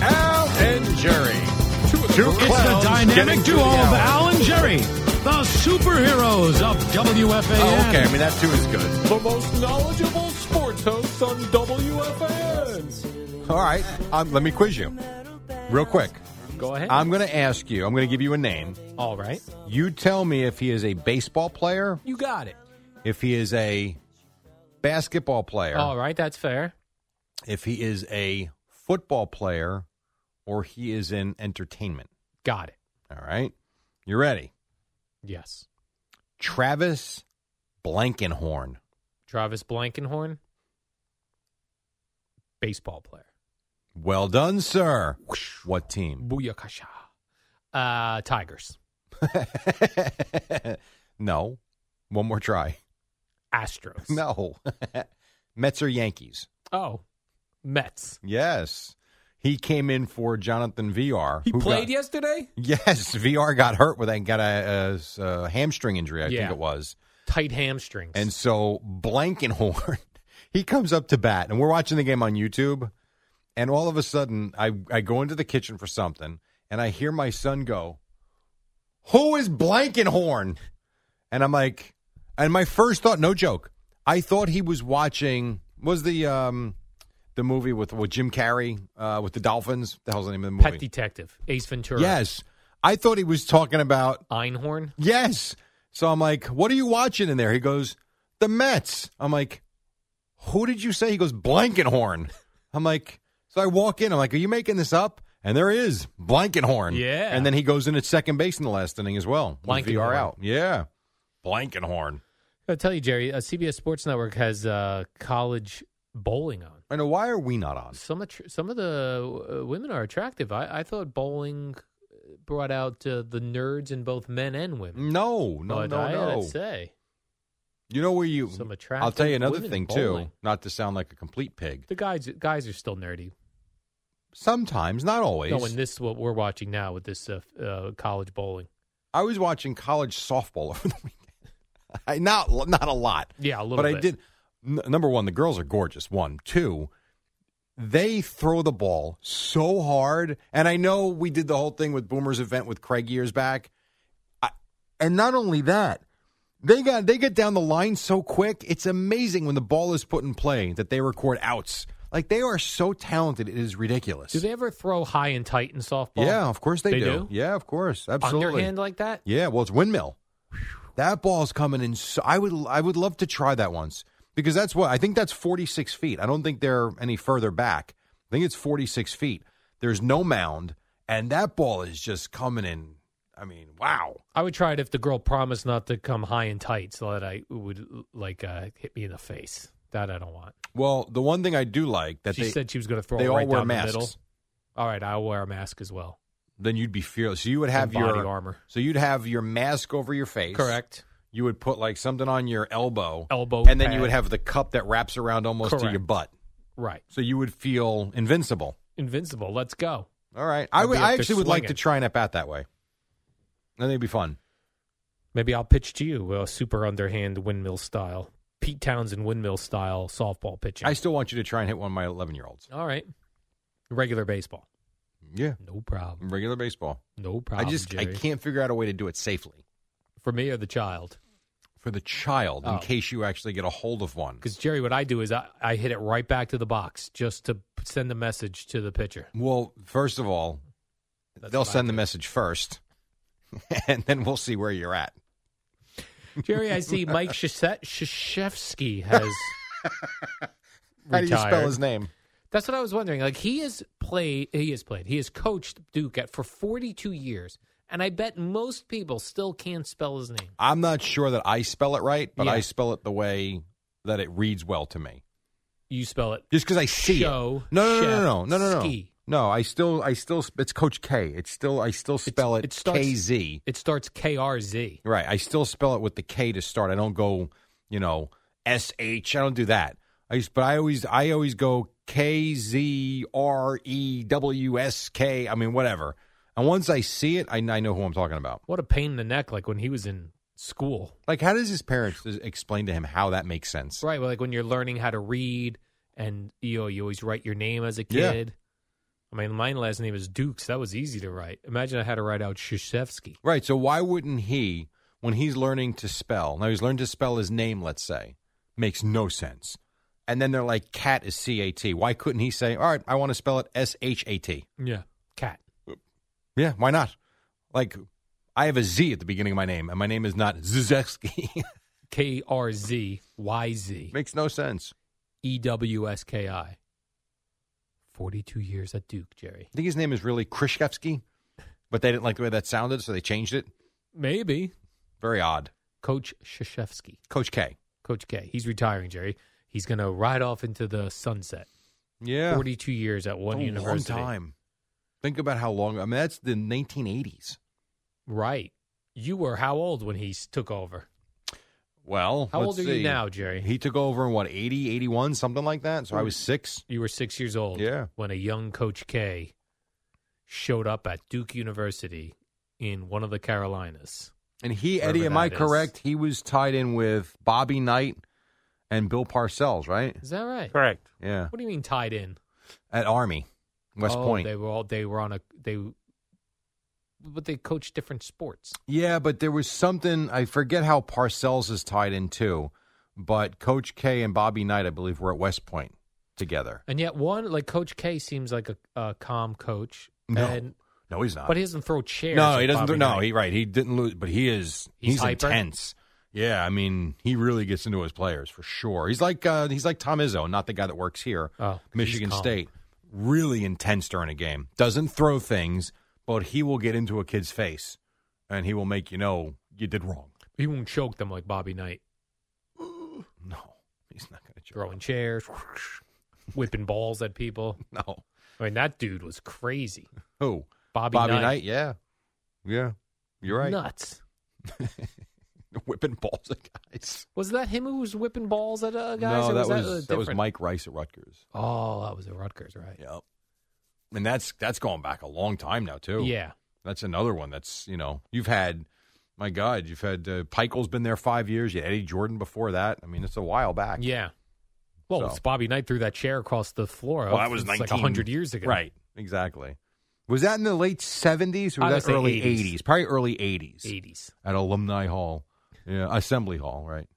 [SPEAKER 3] Al and Jerry. Two, of
[SPEAKER 6] It's the dynamic duo of Al and Jerry, the superheroes of WFAN.
[SPEAKER 3] Oh, okay. I mean, that too is good.
[SPEAKER 6] The most knowledgeable sports hosts on WFAN.
[SPEAKER 3] All right. Um, let me quiz you real quick.
[SPEAKER 4] Go ahead.
[SPEAKER 3] I'm going to ask you, I'm going to give you a name.
[SPEAKER 4] All right.
[SPEAKER 3] You tell me if he is a baseball player,
[SPEAKER 4] You got it.
[SPEAKER 3] if he is a basketball player,
[SPEAKER 4] All right. That's fair.
[SPEAKER 3] if he is a football player, or he is in entertainment.
[SPEAKER 4] Got it.
[SPEAKER 3] All right. You ready?
[SPEAKER 4] Yes.
[SPEAKER 3] Travis Blankenhorn.
[SPEAKER 4] Travis Blankenhorn, baseball player.
[SPEAKER 3] Well done, sir. What team?
[SPEAKER 4] Booyakasha. Uh, Tigers.
[SPEAKER 3] no. One more try.
[SPEAKER 4] Astros.
[SPEAKER 3] No. Mets or Yankees?
[SPEAKER 4] Oh, Mets.
[SPEAKER 3] Yes. He came in for Jonathan VR.
[SPEAKER 4] He
[SPEAKER 3] who
[SPEAKER 4] played
[SPEAKER 3] got-
[SPEAKER 4] yesterday?
[SPEAKER 3] Yes, VR got hurt with got a, a, a hamstring injury, I
[SPEAKER 4] Yeah.
[SPEAKER 3] think it was.
[SPEAKER 4] Tight hamstrings.
[SPEAKER 3] And so Blankenhorn, he comes up to bat, and we're watching the game on YouTube. And all of a sudden, I, I go into the kitchen for something, and I hear my son go, Who is Blankenhorn? And I'm like, and my first thought, no joke, I thought he was watching, was the um, the movie with, with Jim Carrey, uh, with the Dolphins? The hell's the name of the movie?
[SPEAKER 4] Pet Detective. Ace Ventura.
[SPEAKER 3] Yes. I thought he was talking about
[SPEAKER 4] Einhorn.
[SPEAKER 3] Yes. So I'm like, what are you watching in there? He goes, the Mets. I'm like, who did you say? He goes, Blankenhorn. I'm like, so I walk in. I'm like, are you making this up? And there is Blankenhorn.
[SPEAKER 4] Yeah.
[SPEAKER 3] And then he goes in at second base in the last inning as well. with
[SPEAKER 4] Blankenhorn.
[SPEAKER 3] VR out. Yeah. Blankenhorn.
[SPEAKER 4] I'll tell you, Jerry, uh, CBS Sports Network has uh, college bowling on.
[SPEAKER 3] I know. Why are we not on?
[SPEAKER 4] Some attr- some of the uh, women are attractive. I, I thought bowling brought out uh, the nerds in both men and women.
[SPEAKER 3] No, no,
[SPEAKER 4] but
[SPEAKER 3] no,
[SPEAKER 4] I
[SPEAKER 3] no.
[SPEAKER 4] gotta say,
[SPEAKER 3] you know where you?
[SPEAKER 4] Some attractive
[SPEAKER 3] I'll tell you another
[SPEAKER 4] women
[SPEAKER 3] thing
[SPEAKER 4] bowling.
[SPEAKER 3] too. Not to sound like a complete pig.
[SPEAKER 4] the guys guys are still nerdy.
[SPEAKER 3] Sometimes, not always.
[SPEAKER 4] No, and this is what we're watching now with this uh, uh, college bowling.
[SPEAKER 3] I was watching college softball over the weekend. I, not not a lot.
[SPEAKER 4] Yeah, a little
[SPEAKER 3] but I
[SPEAKER 4] bit.
[SPEAKER 3] did. N- number one, the girls are gorgeous. One, two, they throw the ball so hard, and I know we did the whole thing with Boomer's event with Craig years back. I, and not only that, they got they get down the line so quick. It's amazing when the ball is put in play that they record outs. Like they are so talented, it is ridiculous.
[SPEAKER 4] Do they ever throw high and tight in softball?
[SPEAKER 3] yeah, of course they,
[SPEAKER 4] They do?
[SPEAKER 3] Yeah, of course, absolutely.
[SPEAKER 4] Underhand like that?
[SPEAKER 3] Yeah, well, it's windmill. That ball's coming in. So, I would I would love to try that once because that's what I think that's 46 feet. I don't think they're any further back. I think it's 46 feet. There's no mound, and that ball is just coming in. I mean, wow.
[SPEAKER 4] I would try it if the girl promised not to come high and tight, so that I would like uh, hit me in the face. That I don't want.
[SPEAKER 3] Well, the one thing I do like that
[SPEAKER 4] she
[SPEAKER 3] they
[SPEAKER 4] said she was going to throw
[SPEAKER 3] they
[SPEAKER 4] it
[SPEAKER 3] all
[SPEAKER 4] right
[SPEAKER 3] wear
[SPEAKER 4] down
[SPEAKER 3] masks.
[SPEAKER 4] the middle. All right, I'll wear a mask as well.
[SPEAKER 3] Then you'd be fearless. So you would have
[SPEAKER 4] And body
[SPEAKER 3] your
[SPEAKER 4] armor.
[SPEAKER 3] So you'd have your mask over your face.
[SPEAKER 4] Correct.
[SPEAKER 3] You would put like something on your elbow,
[SPEAKER 4] Elbow
[SPEAKER 3] and then you
[SPEAKER 4] pad.
[SPEAKER 3] would have the cup that wraps around almost to your
[SPEAKER 4] Correct.
[SPEAKER 3] butt.
[SPEAKER 4] Right.
[SPEAKER 3] So you would feel invincible.
[SPEAKER 4] Invincible. Let's go.
[SPEAKER 3] All right. I
[SPEAKER 4] I'd
[SPEAKER 3] would-
[SPEAKER 4] be up
[SPEAKER 3] I
[SPEAKER 4] there
[SPEAKER 3] actually would like to
[SPEAKER 4] slinging.
[SPEAKER 3] try and at bat that way. I think it'd be fun.
[SPEAKER 4] Maybe I'll pitch to you a super underhand windmill style, Pete Townsend windmill style softball pitching.
[SPEAKER 3] I still want you to try and hit one of my 11 year olds.
[SPEAKER 4] All right. Regular baseball.
[SPEAKER 3] Yeah.
[SPEAKER 4] No problem.
[SPEAKER 3] Regular baseball.
[SPEAKER 4] No problem.
[SPEAKER 3] I just I
[SPEAKER 4] Jerry.
[SPEAKER 3] can't figure out a way to do it safely
[SPEAKER 4] for me or the child.
[SPEAKER 3] for the child in
[SPEAKER 4] Oh.
[SPEAKER 3] case you actually get a hold of one.
[SPEAKER 4] Because Jerry, what I do is I, I hit it right back to the box just to send a message to the pitcher.
[SPEAKER 3] Well, first of all,
[SPEAKER 4] That's
[SPEAKER 3] they'll
[SPEAKER 4] what I
[SPEAKER 3] send the
[SPEAKER 4] do.
[SPEAKER 3] message first, and then we'll see where you're at.
[SPEAKER 4] Jerry, I see Mike Shashevsky has
[SPEAKER 9] How do you spell his name?
[SPEAKER 4] That's what I was wondering. Like he has played, he has played, he has coached Duke at for 42 years, and I bet most people still can't spell his name.
[SPEAKER 3] I'm not sure that I spell it right, but
[SPEAKER 4] Yeah.
[SPEAKER 3] I spell it the way that it reads well to me.
[SPEAKER 4] You spell it
[SPEAKER 3] just because I see
[SPEAKER 4] Show
[SPEAKER 3] it. No, no, no, no,
[SPEAKER 4] Chef
[SPEAKER 3] no, no, no, no.
[SPEAKER 4] Ski.
[SPEAKER 3] No, I still, I still. It's Coach K. It's still, I still spell it.
[SPEAKER 4] it starts-
[SPEAKER 3] KZ.
[SPEAKER 4] It starts K R Z.
[SPEAKER 3] Right. I still spell it with the K to start. I don't go, you know, S H. I don't do that. I just, but I always, I always go K Z R E W S K. I mean, whatever. And once I see it, I, I know who I'm talking about.
[SPEAKER 4] What a pain in the neck! Like when he was in school,
[SPEAKER 3] Like, how does his parents explain to him how that makes sense?
[SPEAKER 4] right? Well, like when you're learning how to read, and you know you always write your name as a
[SPEAKER 3] Yeah.
[SPEAKER 4] kid. I mean, my last name is Dukes. That was easy to write. Imagine I had to write out Shashevsky.
[SPEAKER 3] Right. So why wouldn't he, when he's learning to spell, now he's learned to spell his name, let's say, makes no sense. And then they're like, cat is C A T. Why couldn't he say, all right, I want to spell it S H A T?
[SPEAKER 4] Yeah, cat.
[SPEAKER 3] Yeah, why not? Like, I have a Z at the beginning of my name, and my name is not Zizekski.
[SPEAKER 4] K R Z Y Z.
[SPEAKER 3] Makes no sense.
[SPEAKER 4] E W S K I. 42 years at Duke, Jerry.
[SPEAKER 3] I think his name is really Krishkevsky, but they didn't like the way that sounded, so they changed it.
[SPEAKER 4] Maybe.
[SPEAKER 3] Very odd.
[SPEAKER 4] Coach Shashevsky.
[SPEAKER 3] Coach K.
[SPEAKER 4] Coach K. He's retiring, Jerry. He's going to ride off into the sunset.
[SPEAKER 3] Yeah.
[SPEAKER 4] 42 years at one
[SPEAKER 3] It's a
[SPEAKER 4] university.
[SPEAKER 3] Long time. Think about how long. I mean, that's the 1980s.
[SPEAKER 4] Right. You were how old when he s- took over?
[SPEAKER 3] Well,
[SPEAKER 4] How
[SPEAKER 3] let's
[SPEAKER 4] old are you
[SPEAKER 3] see.
[SPEAKER 4] now, Jerry?
[SPEAKER 3] He took over in what 80, 81, something like that. So I was six.
[SPEAKER 4] You were six years old
[SPEAKER 3] Yeah.
[SPEAKER 4] when a young Coach K showed up at Duke University in one of the Carolinas.
[SPEAKER 3] And he,
[SPEAKER 4] Wherever
[SPEAKER 3] Eddie, am I
[SPEAKER 4] that is.
[SPEAKER 3] correct? He was tied in with Bobby Knight and Bill Parcells, right?
[SPEAKER 4] Is that right?
[SPEAKER 9] Correct.
[SPEAKER 3] Yeah,
[SPEAKER 4] What do you mean tied in?
[SPEAKER 3] at Army, West
[SPEAKER 4] Oh,
[SPEAKER 3] Point.
[SPEAKER 4] They were all they were on a they, but they coached different sports.
[SPEAKER 3] Yeah, but there was something I forget how Parcells is tied in too, but Coach K and Bobby Knight, I believe, were at West Point together.
[SPEAKER 4] And yet, one like Coach K seems like a, a calm coach.
[SPEAKER 3] No,
[SPEAKER 4] and,
[SPEAKER 3] no, he's not.
[SPEAKER 4] but he doesn't throw chairs.
[SPEAKER 3] no,
[SPEAKER 4] at
[SPEAKER 3] he doesn't.
[SPEAKER 4] Bobby
[SPEAKER 3] no,
[SPEAKER 4] Knight.
[SPEAKER 3] he right. He didn't lose, but he is.
[SPEAKER 4] He's
[SPEAKER 3] He's,
[SPEAKER 4] hyper?
[SPEAKER 3] intense. Yeah, I mean, he really gets into his players for sure. He's like uh, he's like Tom Izzo, not the guy that works here,
[SPEAKER 4] Oh, he's
[SPEAKER 3] Michigan
[SPEAKER 4] calm.
[SPEAKER 3] State. Really intense during a game. Doesn't throw things, but he will get into a kid's face, and he will make you know you did wrong.
[SPEAKER 4] he won't choke them like Bobby Knight,
[SPEAKER 3] No, he's not going to choke.
[SPEAKER 4] throwing chairs, whipping balls at people.
[SPEAKER 3] No,
[SPEAKER 4] I mean, that dude was crazy.
[SPEAKER 3] who?
[SPEAKER 4] Bobby,
[SPEAKER 3] Bobby
[SPEAKER 4] Knight,
[SPEAKER 3] Knight. Yeah, yeah, you're right.
[SPEAKER 4] nuts.
[SPEAKER 3] Whipping balls at guys.
[SPEAKER 4] Was that him who was whipping balls at uh, guys?
[SPEAKER 3] no,
[SPEAKER 4] or
[SPEAKER 3] that was
[SPEAKER 4] a
[SPEAKER 3] that was
[SPEAKER 4] different-
[SPEAKER 3] Mike Rice at Rutgers.
[SPEAKER 4] Oh, that was at Rutgers, right?
[SPEAKER 3] Yep. And that's that's going back a long time now too.
[SPEAKER 4] Yeah.
[SPEAKER 3] That's another one that's, you know, you've had my god, you've had uh, Peichel's been there 5 years, you had Eddie Jordan before that. I mean, it's a while back.
[SPEAKER 4] Yeah. Well,
[SPEAKER 3] So-
[SPEAKER 4] it's Bobby Knight threw that chair across the floor.
[SPEAKER 3] Well, that was
[SPEAKER 4] It's
[SPEAKER 3] 19
[SPEAKER 4] like hundred years ago,
[SPEAKER 3] Right. Exactly. Was that in the late 70s or
[SPEAKER 4] I would
[SPEAKER 3] was that
[SPEAKER 4] say
[SPEAKER 3] early
[SPEAKER 4] 80s?
[SPEAKER 3] 80s. Probably early 80s.
[SPEAKER 4] Eighties.
[SPEAKER 3] At Alumni Hall. Yeah, Assembly Hall, right.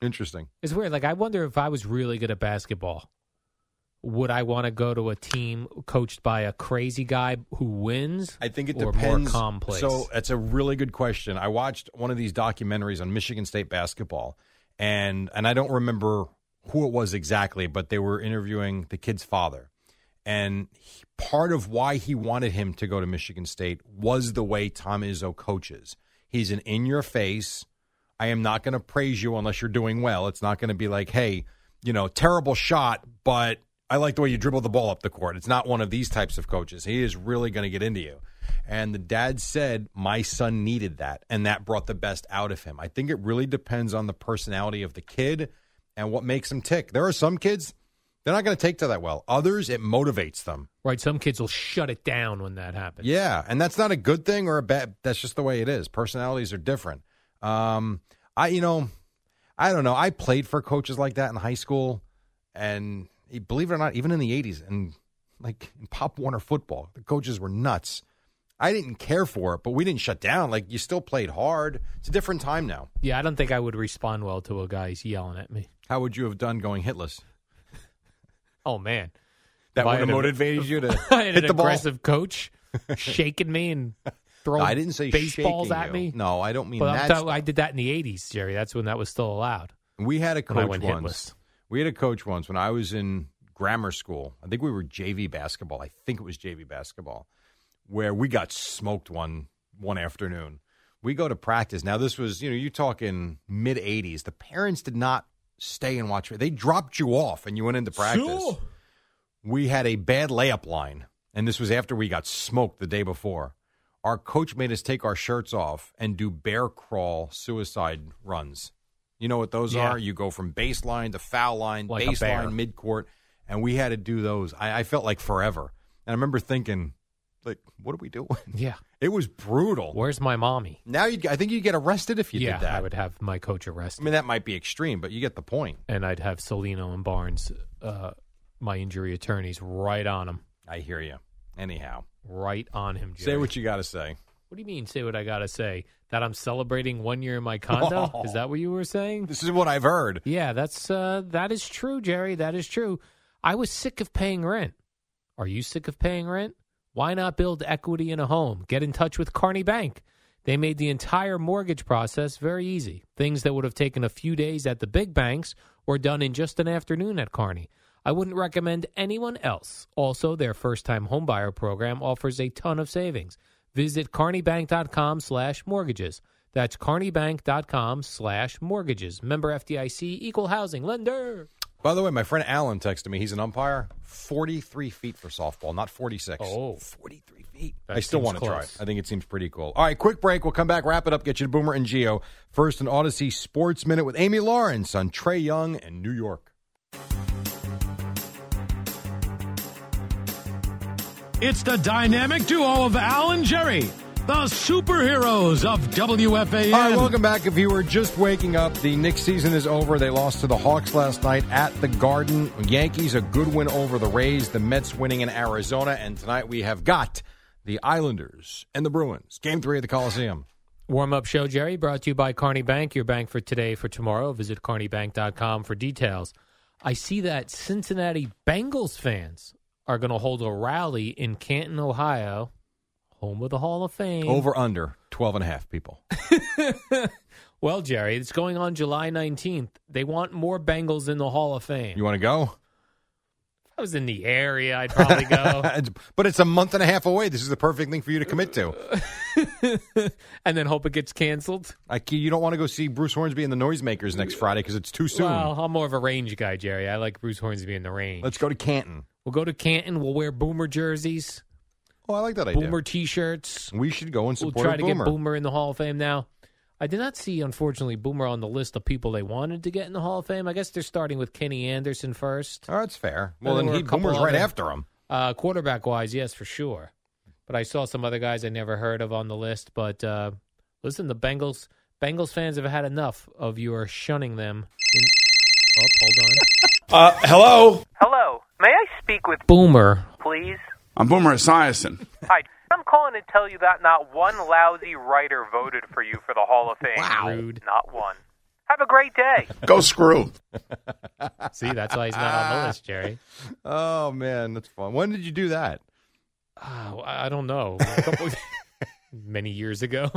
[SPEAKER 3] Interesting.
[SPEAKER 4] It's weird. Like I wonder if I was really good at basketball, would I want to go to a team coached by a crazy guy who wins?
[SPEAKER 3] I think it
[SPEAKER 4] or
[SPEAKER 3] depends.
[SPEAKER 4] More complex.
[SPEAKER 3] So that's a really good question. I watched one of these documentaries on Michigan State basketball, and and I don't remember who it was exactly, but they were interviewing the kid's father, and he- part of why he wanted him to go to Michigan State was the way Tom Izzo coaches. He's an in-your-face. I am not going to praise you unless you're doing well. It's not going to be like, hey, you know, terrible shot, but I like the way you dribble the ball up the court. It's not one of these types of coaches. He is really going to get into you. And the dad said, my son needed that, and that brought the best out of him. I think it really depends on the personality of the kid and what makes him tick. There are some kids, they're not going to take to that well. Others, it motivates them.
[SPEAKER 4] right, some kids will shut it down when that happens.
[SPEAKER 3] Yeah, and that's not a good thing or a bad. That's just the way it is. Personalities are different. Um, I, you know, I don't know. I played for coaches like that in high school, and eh, believe it or not, even in the '80s, and like in Pop Warner football, the coaches were nuts. I didn't care for it, but we didn't shut down. Like you still played hard. It's a different time now.
[SPEAKER 4] yeah. I don't think I would respond well to a guy's yelling at me.
[SPEAKER 3] How would you have done going hitless?
[SPEAKER 4] Oh man,
[SPEAKER 3] That
[SPEAKER 4] If I
[SPEAKER 3] would have
[SPEAKER 4] had a-
[SPEAKER 3] motivated you to
[SPEAKER 4] I had
[SPEAKER 3] hit
[SPEAKER 4] an
[SPEAKER 3] the ball.
[SPEAKER 4] aggressive coach shaking me and throw
[SPEAKER 3] I didn't say
[SPEAKER 4] baseballs
[SPEAKER 3] shaking
[SPEAKER 4] at
[SPEAKER 3] you.
[SPEAKER 4] me.
[SPEAKER 3] No, I don't mean
[SPEAKER 4] But I'm
[SPEAKER 3] that
[SPEAKER 4] tell- I did that in the 80s, Jerry. That's when that was still allowed.
[SPEAKER 3] We had a
[SPEAKER 4] when I
[SPEAKER 3] coach
[SPEAKER 4] went
[SPEAKER 3] once.
[SPEAKER 4] hitless.
[SPEAKER 3] We had a coach once when I was in grammar school. I think we were JV basketball. I think it was JV basketball, where we got smoked one one afternoon. We go to practice. Now this was, you know, you talk in mid '80s. The parents did not stay and watch. They dropped you off, and you went into practice. We had a bad layup line, and this was after we got smoked the day before. Our coach made us take our shirts off and do bear crawl suicide runs. You know what those
[SPEAKER 4] Yeah.
[SPEAKER 3] are? You go from baseline to foul line,
[SPEAKER 4] Like a bear.
[SPEAKER 3] baseline, midcourt, and we had to do those. I, I felt like forever, and I remember thinking, like, what are we doing?
[SPEAKER 4] Yeah.
[SPEAKER 3] It was brutal.
[SPEAKER 4] Where's my mommy?
[SPEAKER 3] Now you, I think you get arrested if you
[SPEAKER 4] yeah,
[SPEAKER 3] did that.
[SPEAKER 4] I would have my coach arrested.
[SPEAKER 3] I mean, that might be extreme, but you get the point.
[SPEAKER 4] and I'd have Salino and Barnes, uh, my injury attorneys, right on him.
[SPEAKER 3] I hear you. Anyhow,
[SPEAKER 4] right on him. Jerry.
[SPEAKER 3] say what you got to say.
[SPEAKER 4] What do you mean? Say what I gotta say? That I'm celebrating one year in my condo? Is that what you were saying?
[SPEAKER 3] This is what I've heard.
[SPEAKER 4] Yeah, that's uh, that is true, Jerry. That is true. I was sick of paying rent. Are you sick of paying rent? Why not build equity in a home? Get in touch with Carney Bank. They made the entire mortgage process very easy. Things that would have taken a few days at the big banks were done in just an afternoon at Carney. I wouldn't recommend anyone else. Also, their first-time homebuyer program offers a ton of savings. Visit carneybank.com slash mortgages. That's carneybank.com slash mortgages. Member FDIC, equal housing lender.
[SPEAKER 3] By the way, my friend Alan texted me. He's an umpire, 43 feet for softball, not 46.
[SPEAKER 4] Oh,
[SPEAKER 3] 43 feet.
[SPEAKER 4] That
[SPEAKER 3] I still
[SPEAKER 4] seems
[SPEAKER 3] want to try. it.
[SPEAKER 4] close.
[SPEAKER 3] I think it seems pretty cool. All right, quick break. We'll come back, wrap it up, get you to Boomer and Geo. First, an Odyssey Sports Minute with Amy Lawrence on Trey Young and New York.
[SPEAKER 6] It's the dynamic duo of Al and Jerry, the superheroes of WFAN.
[SPEAKER 3] All right, welcome back. If you were just waking up, the Knicks season is over. They lost to the Hawks last night at the Garden. Yankees, a good win over the Rays. The Mets winning in Arizona. And tonight we have got the Islanders and the Bruins. Game three at the Coliseum.
[SPEAKER 4] Warm up show, Jerry, brought to you by Carney Bank, your bank for today, for tomorrow. Visit carneybank.com for details. I see that Cincinnati Bengals fans are going to hold a rally in Canton, Ohio, home of the Hall of Fame.
[SPEAKER 3] Over under 12 and a half people.
[SPEAKER 4] Well, Jerry, it's going on July 19th. They want more Bengals in the Hall of Fame.
[SPEAKER 3] You want to go?
[SPEAKER 4] If I was in the area, I'd probably go.
[SPEAKER 3] Uh, It's- but it's a month and a half away. This is the perfect thing for you to commit to.
[SPEAKER 4] and then hope it gets canceled.
[SPEAKER 3] Like you don't want to go see Bruce Hornsby and the Noisemakers next Friday because it's too soon.
[SPEAKER 4] Well, I'm more of a range guy, Jerry. I like Bruce Hornsby in the range.
[SPEAKER 3] Let's go to Canton.
[SPEAKER 4] We'll go to Canton. We'll wear Boomer jerseys,
[SPEAKER 3] Oh, I like that idea.
[SPEAKER 4] Boomer T-shirts.
[SPEAKER 3] We should go and
[SPEAKER 4] We'll
[SPEAKER 3] support
[SPEAKER 4] try
[SPEAKER 3] a
[SPEAKER 4] to
[SPEAKER 3] Boomer.
[SPEAKER 4] get Boomer in the Hall of Fame. Now, I did not see, unfortunately, Boomer on the list of people they wanted to get in the Hall of Fame. I guess they're starting with Kenny Anderson first.
[SPEAKER 3] Oh, that's fair. Well, then
[SPEAKER 4] there were
[SPEAKER 3] he
[SPEAKER 4] a couple
[SPEAKER 3] Boomer's right
[SPEAKER 4] other-
[SPEAKER 3] after him.
[SPEAKER 4] Uh, quarterback wise, yes, for sure. But I saw some other guys I never heard of on the list. But uh, listen, the Bengals Bengals fans have had enough of your shunning them. In- oh, hold on.
[SPEAKER 10] Uh, hello?
[SPEAKER 11] Hello, may I speak with
[SPEAKER 4] Boomer.
[SPEAKER 11] please?
[SPEAKER 10] I'm Boomer Esiason.
[SPEAKER 11] Hi, I'm calling to tell you that not one lousy writer voted for you for the Hall of Fame. Wow. Not one. Have a great day.
[SPEAKER 10] Go screw.
[SPEAKER 4] See, that's why he's not on the list, Jerry.
[SPEAKER 3] Oh man, that's fun. When did you do that?
[SPEAKER 4] Oh, I I don't know. A couple- many years ago.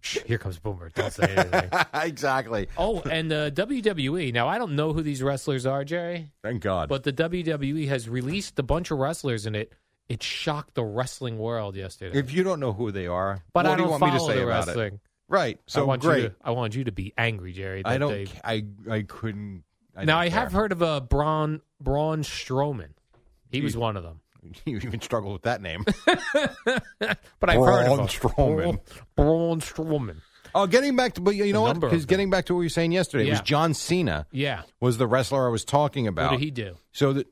[SPEAKER 4] Shh, here comes Boomer. Don't say anything.
[SPEAKER 3] exactly.
[SPEAKER 4] Oh, and uh, WWE. Now, I don't know who these wrestlers are, Jerry,
[SPEAKER 3] Thank God.
[SPEAKER 4] but the WWE has released a bunch of wrestlers, and it it shocked the wrestling world yesterday.
[SPEAKER 3] if you don't know who they are,
[SPEAKER 4] But
[SPEAKER 3] what
[SPEAKER 4] I
[SPEAKER 3] do
[SPEAKER 4] don't
[SPEAKER 3] you want me
[SPEAKER 4] follow
[SPEAKER 3] to say
[SPEAKER 4] the
[SPEAKER 3] about
[SPEAKER 4] wrestling.
[SPEAKER 3] it? Right. So
[SPEAKER 4] I want
[SPEAKER 3] great.
[SPEAKER 4] You to, I want you to be angry, Jerry. that
[SPEAKER 3] I don't.
[SPEAKER 4] they-
[SPEAKER 3] ca- I I couldn't. I
[SPEAKER 4] now
[SPEAKER 3] don't
[SPEAKER 4] I have
[SPEAKER 3] care.
[SPEAKER 4] heard of a Braun Braun Strowman. He was
[SPEAKER 3] You-
[SPEAKER 4] one of them.
[SPEAKER 3] You even struggle with that name.
[SPEAKER 4] But I've heard of
[SPEAKER 3] Braun
[SPEAKER 4] him.
[SPEAKER 3] Strowman.
[SPEAKER 4] Braun Strowman.
[SPEAKER 3] Oh, getting back to but you know what?
[SPEAKER 4] number of
[SPEAKER 3] Because getting back to what you were saying yesterday, it was
[SPEAKER 4] Yeah.
[SPEAKER 3] John Cena
[SPEAKER 4] Yeah.
[SPEAKER 3] was the wrestler I was talking
[SPEAKER 4] What
[SPEAKER 3] about.
[SPEAKER 4] did he do?
[SPEAKER 3] So that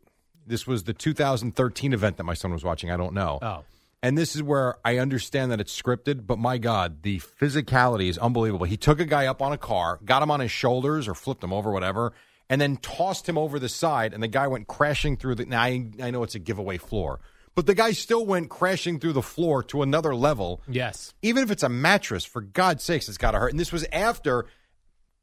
[SPEAKER 3] this was the 2013 event that my son was watching. I don't know.
[SPEAKER 4] Oh.
[SPEAKER 3] And this is where I understand that it's scripted, but my God, the physicality is unbelievable. He took a guy up on a car, got him on his shoulders or flipped him over, whatever, and then tossed him over the side, and the guy went crashing through the. Now, I, I know it's a giveaway floor, but the guy still went crashing through the floor to another level.
[SPEAKER 4] Yes.
[SPEAKER 3] Even if it's a mattress, for God's sakes, it's got to hurt. And this was after,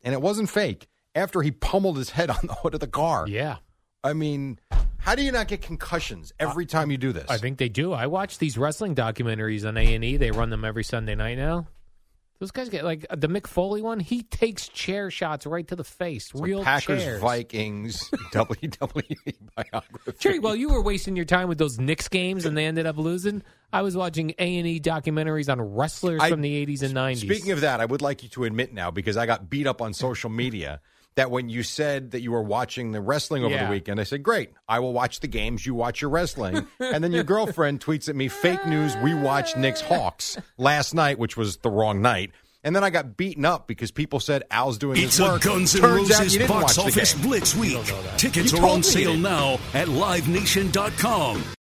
[SPEAKER 3] and it wasn't fake, after he pummeled his head on the hood of the car.
[SPEAKER 4] Yeah.
[SPEAKER 3] I mean, How do you not get concussions every time you do this?
[SPEAKER 4] I think they do. I watch these wrestling documentaries on A and E. They run them every Sunday night now. Those guys get like the Mick Foley one. He takes chair shots right to the face.
[SPEAKER 3] It's like
[SPEAKER 4] real
[SPEAKER 3] Packers
[SPEAKER 4] chairs.
[SPEAKER 3] Vikings WWE biography.
[SPEAKER 4] Jerry, while you were wasting your time with those Knicks games and they ended up losing, I was watching A and E documentaries on wrestlers
[SPEAKER 3] I-
[SPEAKER 4] from the '80s and '90s.
[SPEAKER 3] Speaking of that, I would like you to admit now because I got beat up on social media that when you said that you were watching the wrestling over
[SPEAKER 4] Yeah.
[SPEAKER 3] the weekend, I said, "Great, I will watch the games. You watch your wrestling." and then your girlfriend tweets at me, "Fake news. We watched Knicks Hawks last night, which was the wrong night." And then I got beaten up because people said Al's doing
[SPEAKER 12] It's
[SPEAKER 3] his
[SPEAKER 12] a
[SPEAKER 3] work.
[SPEAKER 12] Guns N'
[SPEAKER 3] Turns out
[SPEAKER 12] Roses
[SPEAKER 3] you didn't
[SPEAKER 12] box
[SPEAKER 3] watch the
[SPEAKER 12] office
[SPEAKER 3] game.
[SPEAKER 12] blitz week. Tickets
[SPEAKER 3] You
[SPEAKER 12] are
[SPEAKER 3] told
[SPEAKER 12] on
[SPEAKER 3] me you
[SPEAKER 12] sale
[SPEAKER 3] didn't.
[SPEAKER 12] now at livenation.com.